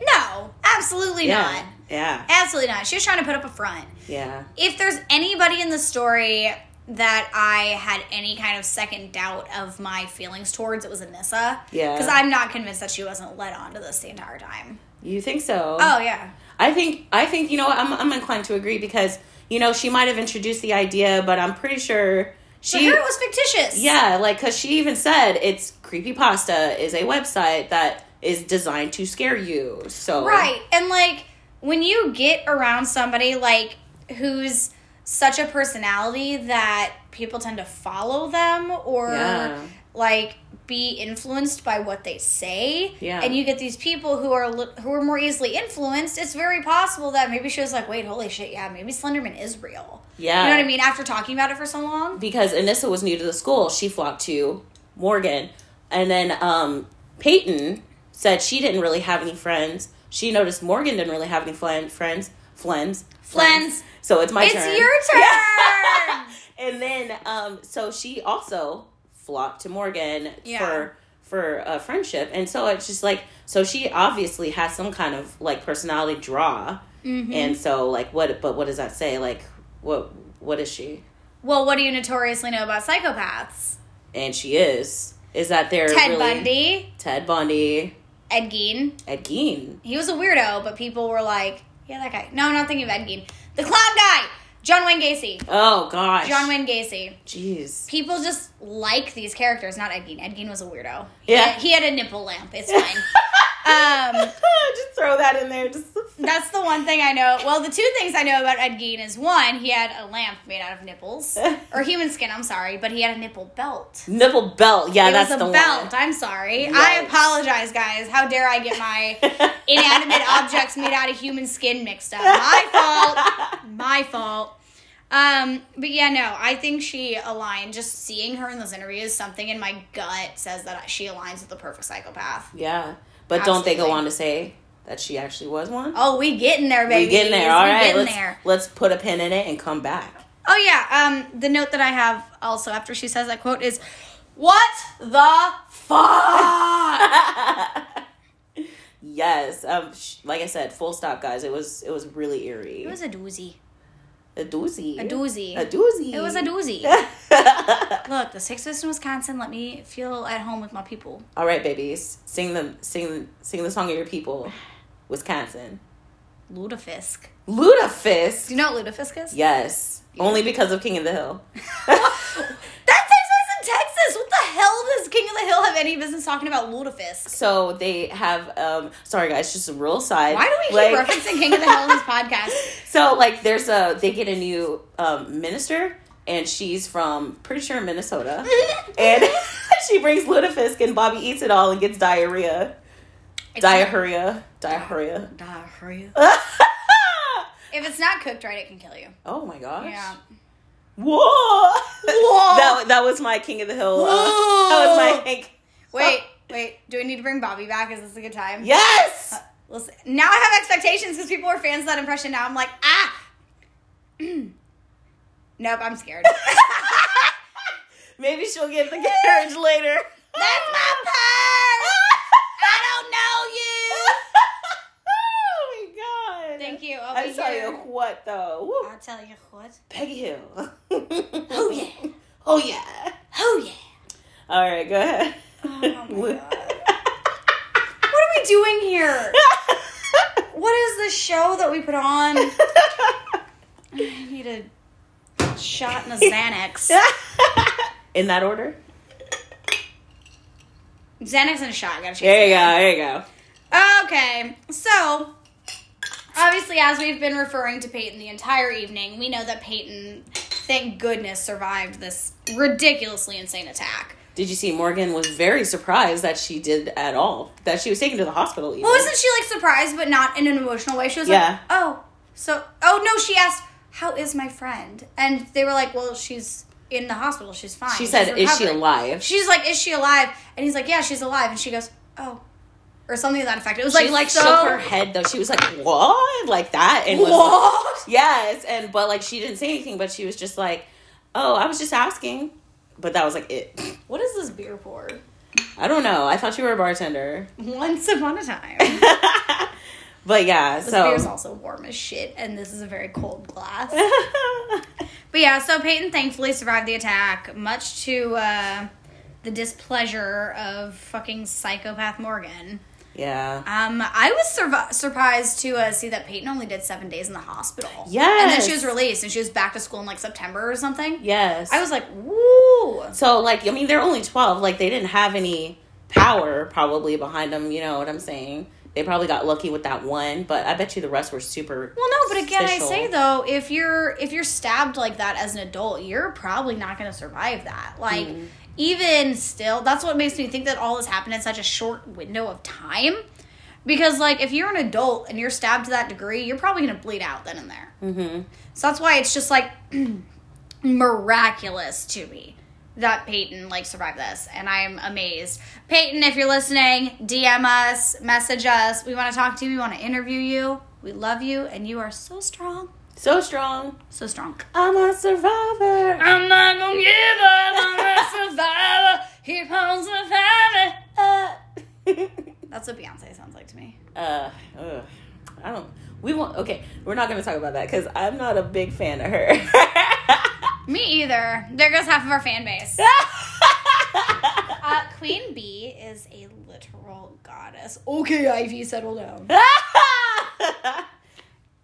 S1: No, absolutely
S2: Yeah,
S1: not.
S2: yeah,
S1: Absolutely not. She was trying to put up a front.
S2: yeah.
S1: If there's anybody in the story that I had any kind of second doubt of my feelings towards, it was Anissa.
S2: Yeah.
S1: Because I'm not convinced that she wasn't led on to this the entire time.
S2: You think so?
S1: Oh, yeah.
S2: I think I think you know what, I'm I'm inclined to agree because you know she might have introduced the idea, but I'm pretty sure
S1: For
S2: she
S1: her, it was fictitious.
S2: yeah like because she even said it's creepypasta is a website that is designed to scare you. So
S1: Right. And like when you get around somebody like who's such a personality that people tend to follow them or
S2: Yeah.
S1: like be influenced by what they say.
S2: Yeah.
S1: And you get these people who are li- who are more easily influenced. It's very possible that maybe she was like, "Wait, holy shit, yeah, maybe Slenderman is real."
S2: Yeah.
S1: You know what I mean? After talking about it for so long.
S2: because Anissa was new to the school, she flocked to Morgan. And then um, Peyton said she didn't really have any friends. She noticed Morgan didn't really have any flan- friends. Flens.
S1: Flens.
S2: So it's my
S1: It's
S2: turn.
S1: your turn.
S2: And then, um, so she also flocked to Morgan
S1: Yeah.
S2: for for a friendship, and so it's just like so she obviously has some kind of like personality draw,
S1: Mm-hmm.
S2: and so like what? But what does that say? Like what? What is she?
S1: well, what do you notoriously know about psychopaths?
S2: And she is is that they're
S1: Ted
S2: really-
S1: Bundy,
S2: Ted Bundy,
S1: Ed Gein.
S2: Ed Gein.
S1: He was a weirdo, but people were like, "Yeah, that guy." No, I'm not thinking of Ed Gein. The clown guy, John Wayne Gacy.
S2: Oh gosh,
S1: John Wayne Gacy.
S2: Jeez,
S1: people just like these characters. Not Ed Gein. Ed Gein was a weirdo.
S2: Yeah.
S1: he had, he had a nipple lamp. It's fine. um,
S2: just throw that in there. Just
S1: that's the one thing I know. Well, the two things I know about Ed Gein is one, he had a lamp made out of nipples or human skin. I'm sorry, but he had a nipple belt.
S2: nipple belt. Yeah,
S1: it
S2: that's
S1: was a
S2: the
S1: belt.
S2: one.
S1: I'm sorry. I
S2: Yikes.
S1: apologize, guys. How dare I get my inanimate objects made out of human skin mixed up? My fault. My fault. Um, but yeah, no, I think she aligned. Just seeing her in those interviews, something in my gut says that she aligns with the perfect psychopath.
S2: Yeah, but don't they
S1: Absolutely.
S2: go on to say that she actually was one?
S1: Oh, we getting there, baby.
S2: we getting there. All right,
S1: getting
S2: let's
S1: there.
S2: let's put a pin in it and come back.
S1: Oh yeah. Um, the note that I have also after she says that quote is, "What the
S2: Fuck. yes. Um. sh- Like I said, full stop, guys. It was it was really eerie.
S1: It was a doozy.
S2: a doozy.
S1: A doozy.
S2: A doozy.
S1: It was a doozy. Look, the six of us in Wisconsin let me feel at home with my people.
S2: All right, babies, sing the sing sing the song of your people, Wisconsin.
S1: Ludafisk. Do
S2: Ludafisk.
S1: you know what Ludafisk is?
S2: Yes. Only because of King of the Hill.
S1: That takes place in Texas. What the hell does King of the Hill have any business talking about Ludafisk?
S2: So they have um sorry guys, just a real side.
S1: Why do we
S2: Like-
S1: keep referencing King of the Hill in this podcast?
S2: So like there's a they get a new um minister and she's from pretty sure Minnesota. and she brings lutefisk and Bobby eats it all and gets diarrhea.
S1: It's
S2: Diarrhea. Diarrhea.
S1: not- Diarrhea. If it's not cooked right, it can kill you.
S2: Oh my gosh.
S1: Yeah.
S2: Whoa. That that was my King of the Hill. uh, that was my Hank.
S1: Wait, wait. Do we need to bring Bobby back? Is this a good time?
S2: Yes.
S1: Listen, now I have expectations because people were fans of that impression. Now I'm like, ah. nope, I'm scared.
S2: Maybe she'll get the carriage later.
S1: That's my purse. I don't know you.
S2: oh my god.
S1: Thank you. I'll
S2: I
S1: be
S2: tell
S1: here.
S2: you what though. Woo.
S1: I'll tell you what.
S2: Peggy Hill. oh yeah. Oh yeah.
S1: Oh yeah.
S2: All right, go ahead.
S1: Oh my What are we doing here? What is this show that we put on? I need a shot and a Xanax.
S2: In that order?
S1: Xanax and a shot. Gotta check.
S2: There you go. There you go.
S1: Okay, so obviously, as we've been referring to Peyton the entire evening, we know that Peyton, thank goodness, survived this ridiculously insane attack.
S2: Did you see Morgan was very surprised that she did at all that she was taken to the hospital? Even.
S1: Well, wasn't she like surprised, but not in an emotional way? She was
S2: Yeah.
S1: like, "Oh, so oh no," she asked, "How is my friend?" And they were like, "Well, she's in the hospital. She's fine."
S2: she
S1: She's
S2: said, "Is she
S1: recovering."
S2: alive?"
S1: She's like, "Is she alive?" And he's like, "Yeah, she's alive." And she goes, "Oh," or something to that effect. It was
S2: She
S1: like
S2: like
S1: so.
S2: shook her head though. She was like, "What?" Like that, and was like-
S1: What?
S2: yes, and but like she didn't say anything, but she was just like, "Oh, I was just asking," but that was like it.
S1: What is this beer pour?
S2: I don't know. I thought you were a bartender,
S1: Once upon a time.
S2: but yeah.
S1: This beer's
S2: So
S1: also warm as shit, and this is a very cold glass. but yeah, so Peyton thankfully survived the attack, much to uh, the displeasure of fucking psychopath Morgan.
S2: yeah,
S1: Um, I was survi- surprised to uh, see that Peyton only did seven days in the hospital. and then
S2: Yes.
S1: she was released, and she was back to school in like September or something.
S2: yes.
S1: I was like, woo.
S2: so like I mean they're only twelve. Like they didn't have any power probably behind them. You know what I'm saying? They probably got lucky with that one, but I bet you the rest were super.
S1: Well, no, but again,
S2: Special.
S1: I say though, if you're if you're stabbed like that as an adult, you're probably not going to survive that. Like even still, that's what makes me think that all this happened in such a short window of time. Because like if you're an adult and you're stabbed to that degree, you're probably going to bleed out then and there. Mm-hmm. So that's why it's just like miraculous to me that Peyton like survived this, and I'm amazed. Peyton, if you're listening, DM us, message us. We want to talk to you. We want to interview you. We love you, and you are so strong,
S2: So strong.
S1: so strong.
S2: I'm a survivor.
S1: I'm not gonna give up. I'm a survivor. Keep on surviving. Uh, That's what Beyonce sounds like to me.
S2: uh, ugh. I don't. We won't. Okay, we're not going to talk about that because I'm not a big fan of her.
S1: Me either. There goes half of our fan base. Uh, Queen Bee is a literal goddess. Okay, Ivy, settle down.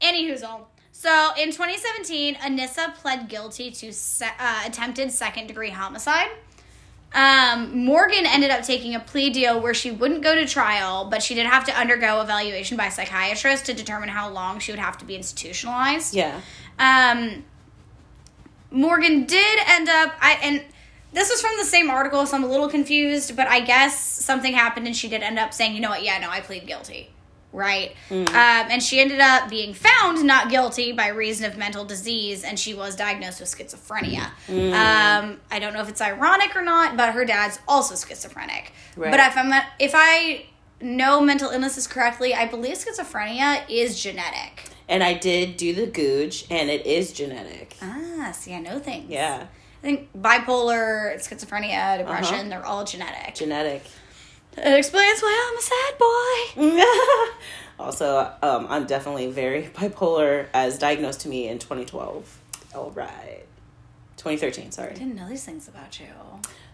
S1: Anywhoozle. So in 2017, Anissa pled guilty to se- uh, attempted second degree homicide. Um, Morgan ended up taking a plea deal where she wouldn't go to trial, but she did have to undergo evaluation by a psychiatrist to determine how long she would have to be institutionalized.
S2: yeah.
S1: Um, Morgan did end up. I and this was from the same article, so I'm a little confused. But I guess something happened, and she did end up saying, "You know what? Yeah, no, I plead guilty." Right, um, and she ended up being found not guilty by reason of mental disease, and she was diagnosed with schizophrenia. Um, I don't know if it's ironic or not, but her dad's also schizophrenic.
S2: Right.
S1: But if I'm a, if I know mental illnesses correctly, I believe schizophrenia is genetic.
S2: And I did do the gooch, and it is genetic.
S1: Ah, see, I know things.
S2: Yeah.
S1: I think bipolar, schizophrenia, depression, they're all genetic.
S2: Genetic.
S1: it explains why I'm a sad boy.
S2: also, um, I'm definitely very bipolar, as diagnosed to me in 2012. All right. 2013,
S1: I
S2: sorry.
S1: didn't know these things about you.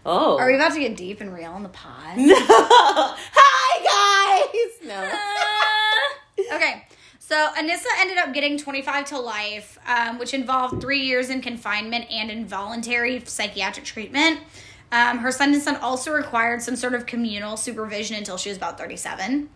S2: Oh.
S1: Are we about to get deep and real in the pod?
S2: no. Oh. Hi, guys. No.
S1: Ah. okay. So Anissa ended up getting 25 to life, um, which involved three years in confinement and involuntary psychiatric treatment. Um, her sentence then also required some sort of communal supervision until she was about 37.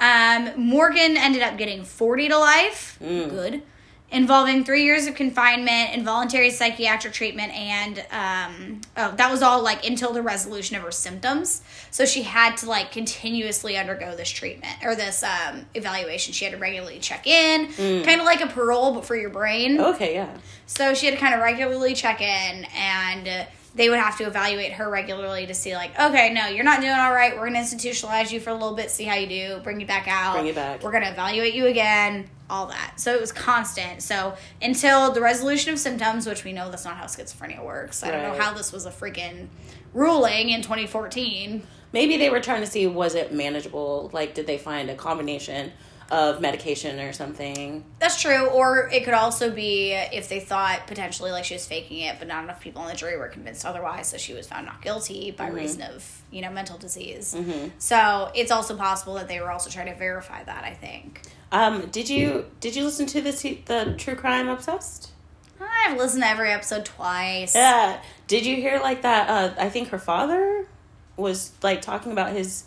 S1: Um, Morgan ended up getting 40 to life. Good. Involving three years of confinement, involuntary psychiatric treatment, and um, oh, that was all like until the resolution of her symptoms. So she had to like continuously undergo this treatment or this um, evaluation. She had to regularly check in, kind of like a parole, but for your brain.
S2: Okay, yeah.
S1: So she had to kind of regularly check in, and uh, they would have to evaluate her regularly to see, like, okay, no, you're not doing all right. We're going to institutionalize you for a little bit, see how you do, bring you back out.
S2: Bring you back.
S1: We're going to evaluate you again, all that. So it was constant. So until the resolution of symptoms, which we know that's not how schizophrenia works. I don't
S2: Right.
S1: know how this was a freaking ruling in 2014.
S2: Maybe they were trying to see was it manageable? Like, did they find a combination of medication or something?
S1: That's true. Or it could also be if they thought potentially like she was faking it, but not enough people on the jury were convinced otherwise, so she was found not guilty by
S2: Mm-hmm.
S1: reason of, you know, mental disease. So it's also possible that they were also trying to verify that, I think.
S2: Um, did you did you listen to this the True Crime Obsessed?
S1: I've listened to every episode twice.
S2: Yeah. Did you hear like that? Uh, I think her father was like talking about his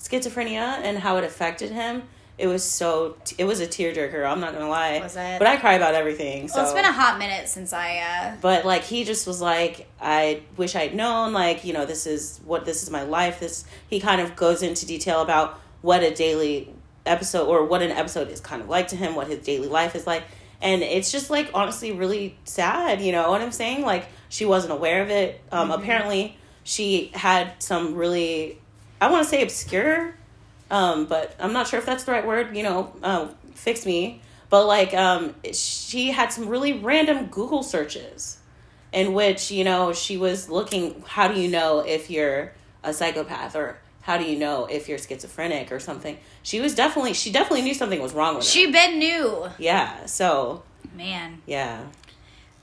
S2: schizophrenia and how it affected him. It was so. It was a tearjerker. I'm not gonna lie.
S1: Was it?
S2: But I cry about everything. So.
S1: Well, it's been a hot minute since I uh
S2: but like he just was like, I wish I'd known. Like you know, this is what this is my life. This he kind of goes into detail about what a daily episode or what an episode is kind of like to him, what his daily life is like, and it's just like honestly really sad. You know what I'm saying? Like she wasn't aware of it. Um, Apparently, she had some really, I want to say obscure um, but I'm not sure if that's the right word. You know, uh, fix me. But like, um, she had some really random Google searches, in which you know she was looking. How do you know if you're a psychopath or how do you know if you're schizophrenic or something? She was definitely. She definitely knew something was wrong with her.
S1: she been new.
S2: Yeah. So
S1: Man.
S2: yeah.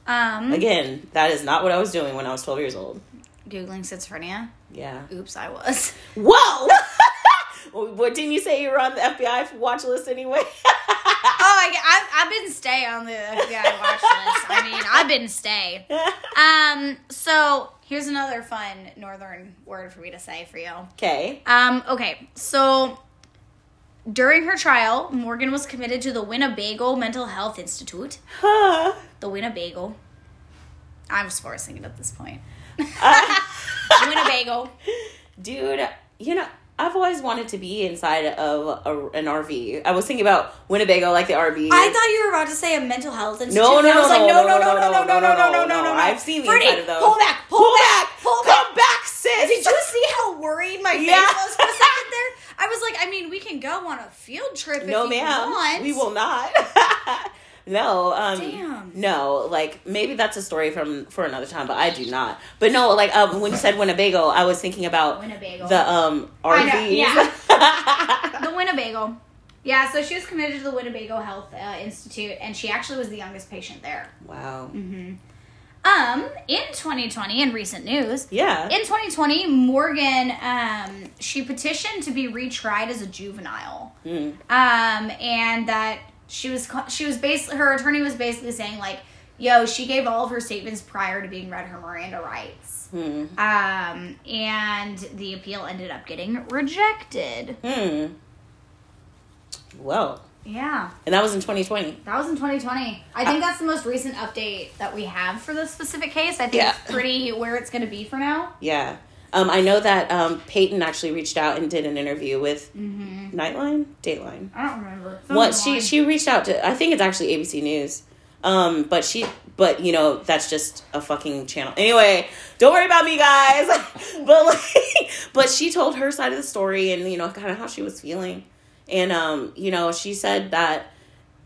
S1: Um
S2: Again, that is not what I was doing when I was 12 years old.
S1: Googling schizophrenia.
S2: Yeah.
S1: Oops, I was.
S2: Whoa. what didn't you say you were on the FBI watch list anyway?
S1: oh, I, I, I've been stay on the FBI watch list. I mean, I've been stay. Um, so here's another fun northern word for me to say for you.
S2: okay.
S1: Um, okay, so During her trial, Morgan was committed to the Winnebago Mental Health Institute.
S2: Huh.
S1: The Winnebago. I'm just forcing it at this point. Winnebago.
S2: Dude, you know, I've always wanted to be inside of a, an RV. I was thinking about Winnebago, like the RV.
S1: I thought you were about to say a mental health institute.
S2: no,
S1: and I
S2: no,
S1: was like,
S2: no,
S1: no, no, no,
S2: no,
S1: no, no, no, no, no, no, no, no.
S2: I've seen the
S1: Brittany,
S2: inside of those.
S1: Pull back, pull,
S2: Pull
S1: back,
S2: back,
S1: pull back.
S2: Come back, sis.
S1: Did you see how worried my face
S2: Yeah.
S1: was for a second there? I was like, I mean, we can go on a field trip
S2: no,
S1: if you
S2: ma'am.
S1: want.
S2: We will not. no. Um,
S1: Damn.
S2: No, like maybe that's a story from for another time, but I do not. But no, like um, when you said Winnebago, I was thinking about
S1: Winnebago.
S2: the um
S1: I know,
S2: RVs.
S1: The Winnebago. Yeah, so she was committed to the Winnebago Health uh, Institute, and she actually was the youngest patient there.
S2: wow.
S1: Mm-hmm. Um, in 2020, in recent news,
S2: Yeah.
S1: in 2020, Morgan, um, she petitioned to be retried as a juvenile,
S2: Mm.
S1: um, and that she was ca- she was basically her attorney was basically saying like, yo, she gave all of her statements prior to being read her Miranda rights,
S2: Hmm.
S1: um, and the appeal ended up getting rejected.
S2: Hmm. Well,
S1: Yeah.
S2: and that was in 2020.
S1: That was in 2020. I think that's the most recent update that we have for this specific case. I think
S2: Yeah.
S1: it's pretty where it's going to be for now.
S2: Yeah. Um, I know that um, Peyton actually reached out and did an interview with Nightline, Dateline.
S1: I don't remember.
S2: What she she reached out to? I think it's actually ABC News. Um, but she, but you know, that's just a fucking channel. Anyway, don't worry about me, guys. but like, but she told her side of the story and you know, kind of how she was feeling, and um, you know, she said that,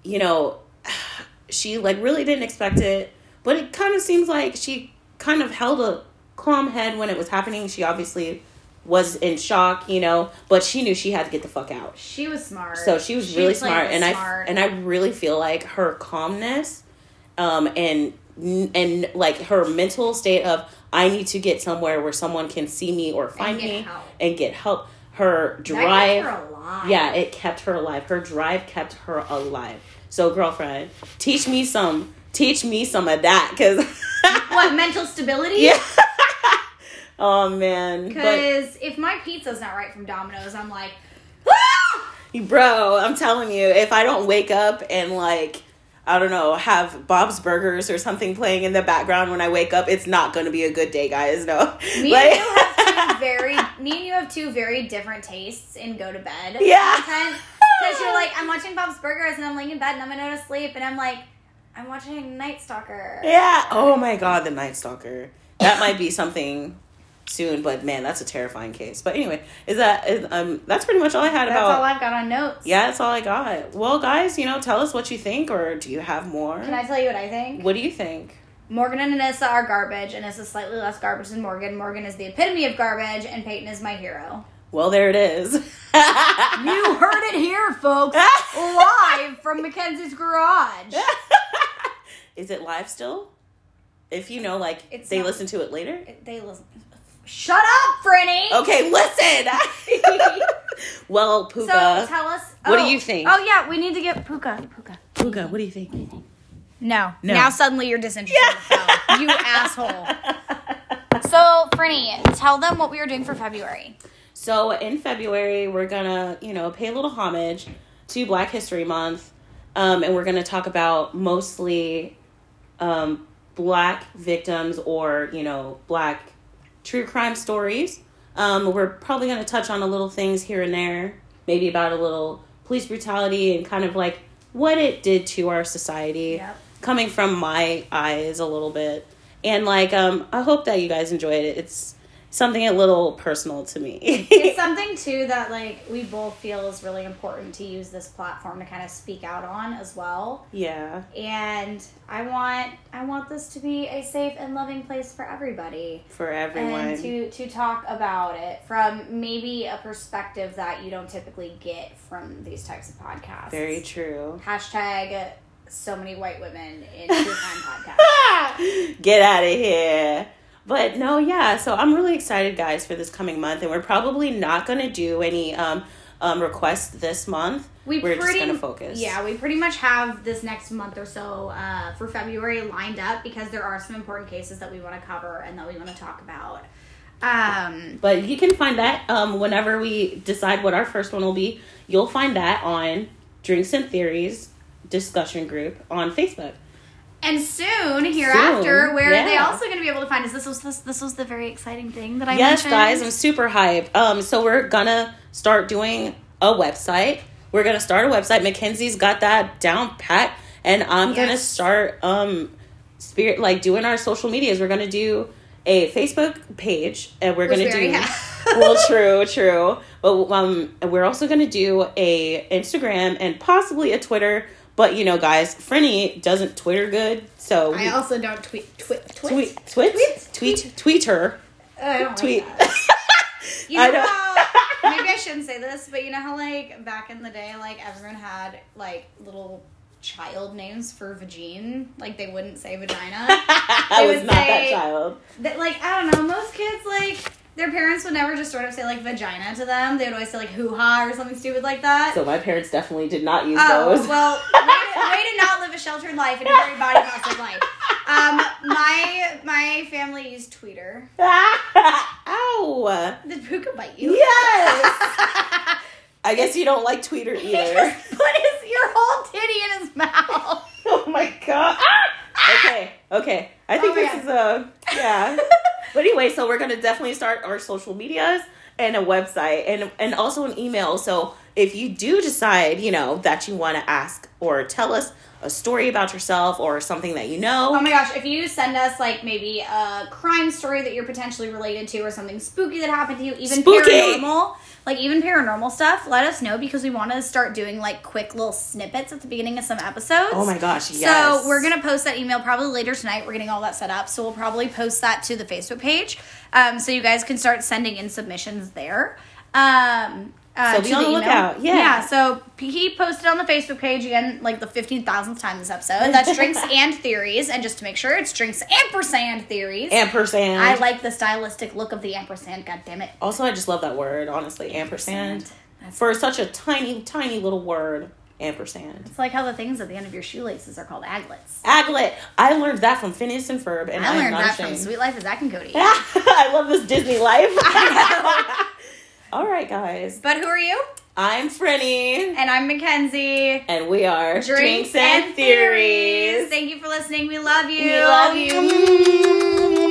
S2: you know, she like really didn't expect it, but it kind of seems like she kind of held a calm head when it was happening. She obviously was in shock, you know, but she knew she had to get the fuck out.
S1: she was smart.
S2: So she was really
S1: played
S2: smart,
S1: it
S2: and
S1: smart.
S2: I and I really feel like her calmness, um, and and like her mental state of I need to get somewhere where someone can see me or find
S1: get
S2: me
S1: help.
S2: and get help. Her
S1: That gave
S2: drive,
S1: her a lot.
S2: yeah, it kept her alive. Her drive kept her alive. So girlfriend, teach me some, teach me some of that, cause
S1: What mental stability?
S2: yeah. oh man, but
S1: Because if my pizza's not right from Domino's, I'm like,
S2: Bro, I'm telling you, if I don't wake up and like, I don't know, have Bob's Burgers or something playing in the background when I wake up, it's not going to be a good day, guys. No.
S1: me
S2: Like-
S1: and you have two very me and you have two very different tastes in go to bed.
S2: Yeah.
S1: Because you're like, I'm watching Bob's Burgers and I'm laying in bed and I'm gonna go to sleep and I'm like, I'm watching Night Stalker.
S2: yeah. Oh my God, the Night Stalker. That might be something soon, but man, that's a terrifying case. But anyway, is that is, um that's pretty much all I had
S1: That's
S2: about.
S1: all I've got on notes.
S2: yeah, that's all I got. Well, guys, you know, tell us what you think, or do you have more?
S1: Can I tell you what I think?
S2: what do you think?
S1: Morgan and Anissa are garbage. Anissa's slightly less garbage than Morgan. Morgan is the epitome of garbage, and Peyton is my hero.
S2: Well, there it is.
S1: You heard it here, folks. Live from Mackenzie's garage.
S2: Is it live still? If you know, like
S1: It's
S2: they
S1: not-
S2: listen to it later.
S1: They listen. Shut up, Franny.
S2: Okay, listen. well,
S1: So
S2: Puka,
S1: tell us.
S2: What do
S1: oh,
S2: you think?
S1: Oh yeah, we need to get Puka. Puka.
S2: Puka, what do you think?
S1: No.
S2: No.
S1: Now suddenly you're disinterested. Oh, you asshole. So Franny, tell them what we were doing for February.
S2: So in February, we're gonna you know pay a little homage to Black History Month, um, and we're gonna talk about mostly um, Black victims or you know Black true crime stories. Um, we're probably gonna touch on a little things here and there, maybe about a little police brutality and kind of like what it did to our society,
S1: Yep.
S2: coming from my eyes a little bit. And like, um, I hope that you guys enjoyed it. It's something a little personal to me.
S1: it's something too that like we both feel is really important to use this platform to kind of speak out on as well
S2: yeah.
S1: and i want i want this to be a safe and loving place for everybody
S2: for everyone.
S1: and to to talk about it from maybe a perspective that you don't typically get from these types of podcasts
S2: Very true.
S1: hashtag so many white women in true crime podcast
S2: Get out of here. But no, yeah, so I'm really excited, guys, for this coming month, and we're probably not going to do any um, um, requests this month.
S1: we
S2: are
S1: pretty,
S2: just going to focus.
S1: Yeah, we pretty much have this next month or so uh, for February lined up because there are some important cases that we want to cover and that we want to talk about. Um,
S2: But you can find that um, whenever we decide what our first one will be. You'll find that on Drinks and Theories discussion group on Facebook.
S1: and soon hereafter,
S2: Soon,
S1: where are they
S2: yeah.
S1: also going to be able to find us? This was this, this was the very exciting thing that I
S2: yes,
S1: mentioned.
S2: guys, I'm super hyped. Um, so we're gonna start doing a website. We're gonna start a website. Mackenzie's got that down pat, and I'm gonna
S1: Yes.
S2: start um, spirit like doing our social medias. We're gonna do a Facebook page, and we're
S1: Which
S2: gonna
S1: we already
S2: do.
S1: have.
S2: well, true, true. But um, we're also gonna do a Instagram and possibly a Twitter. But you know, guys, Frenny doesn't Twitter good, so we
S1: I also don't tweet, tweet, tweet.
S2: tweet, tweet,
S1: Tweet?
S2: tweet, tweet, her,
S1: Uh, I don't like
S2: tweet.
S1: that. You know
S2: I don't-
S1: how maybe I shouldn't say this, but you know how like back in the day, like everyone had like little child names for vagine. Like they wouldn't say vagina.
S2: I
S1: They
S2: was
S1: would
S2: not that
S1: say-
S2: child.
S1: that, like I don't know, most kids like their parents would never just sort of say like vagina to them. They would always say like hoo ha or something stupid like that.
S2: So my parents definitely did not use
S1: oh
S2: those.
S1: well, way to, way to not live a sheltered life and a very body positive life. Um, my my family used tweeter.
S2: Ow!
S1: The who could bite you?
S2: Yes. I guess you don't like Tweeter
S1: He
S2: either.
S1: just put his your whole titty in his mouth.
S2: oh my god. Okay. Okay. I think
S1: Oh my God.
S2: this is a yeah. but anyway, so we're gonna definitely start our social medias and a website and and also an email. So if you do decide, you know, that you want to ask or tell us a story about yourself or something that you know,
S1: Oh my gosh, if you send us like maybe a crime story that you're potentially related to or something spooky that happened to you, even
S2: Spooky!
S1: paranormal, like even paranormal stuff, let us know because we want to start doing like quick little snippets at the beginning of some episodes.
S2: Oh my gosh, yes.
S1: So we're gonna post that email probably later tonight. We're getting all that set up, so we'll probably post that to the Facebook page, um, so you guys can start sending in submissions there. Um, uh,
S2: So
S1: to
S2: be on the
S1: email.
S2: lookout, yeah.
S1: yeah. So he posted on the Facebook page again, like the fifteen thousandth time this episode. That's drinks and theories, and just to make sure, it's drinks ampersand theories.
S2: ampersand.
S1: I like the stylistic look of the ampersand. God damn it.
S2: Also, I just love that word, honestly, ampersand.
S1: Ampersand. That's-
S2: For such a tiny, tiny little word, ampersand.
S1: It's like how the things at the end of your shoelaces are called aglets.
S2: Aglet. I learned that from Phineas and Ferb, and I
S1: I
S2: am
S1: learned
S2: not
S1: that from
S2: ashamed.
S1: Sweet Life of Zach and Cody.
S2: I love this Disney life. All right, guys.
S1: But who are you?
S2: I'm Frenny,
S1: And I'm Mackenzie.
S2: and we are Drinks, and, Theories.
S1: Thank you for listening. We love you.
S2: We love you. Mm.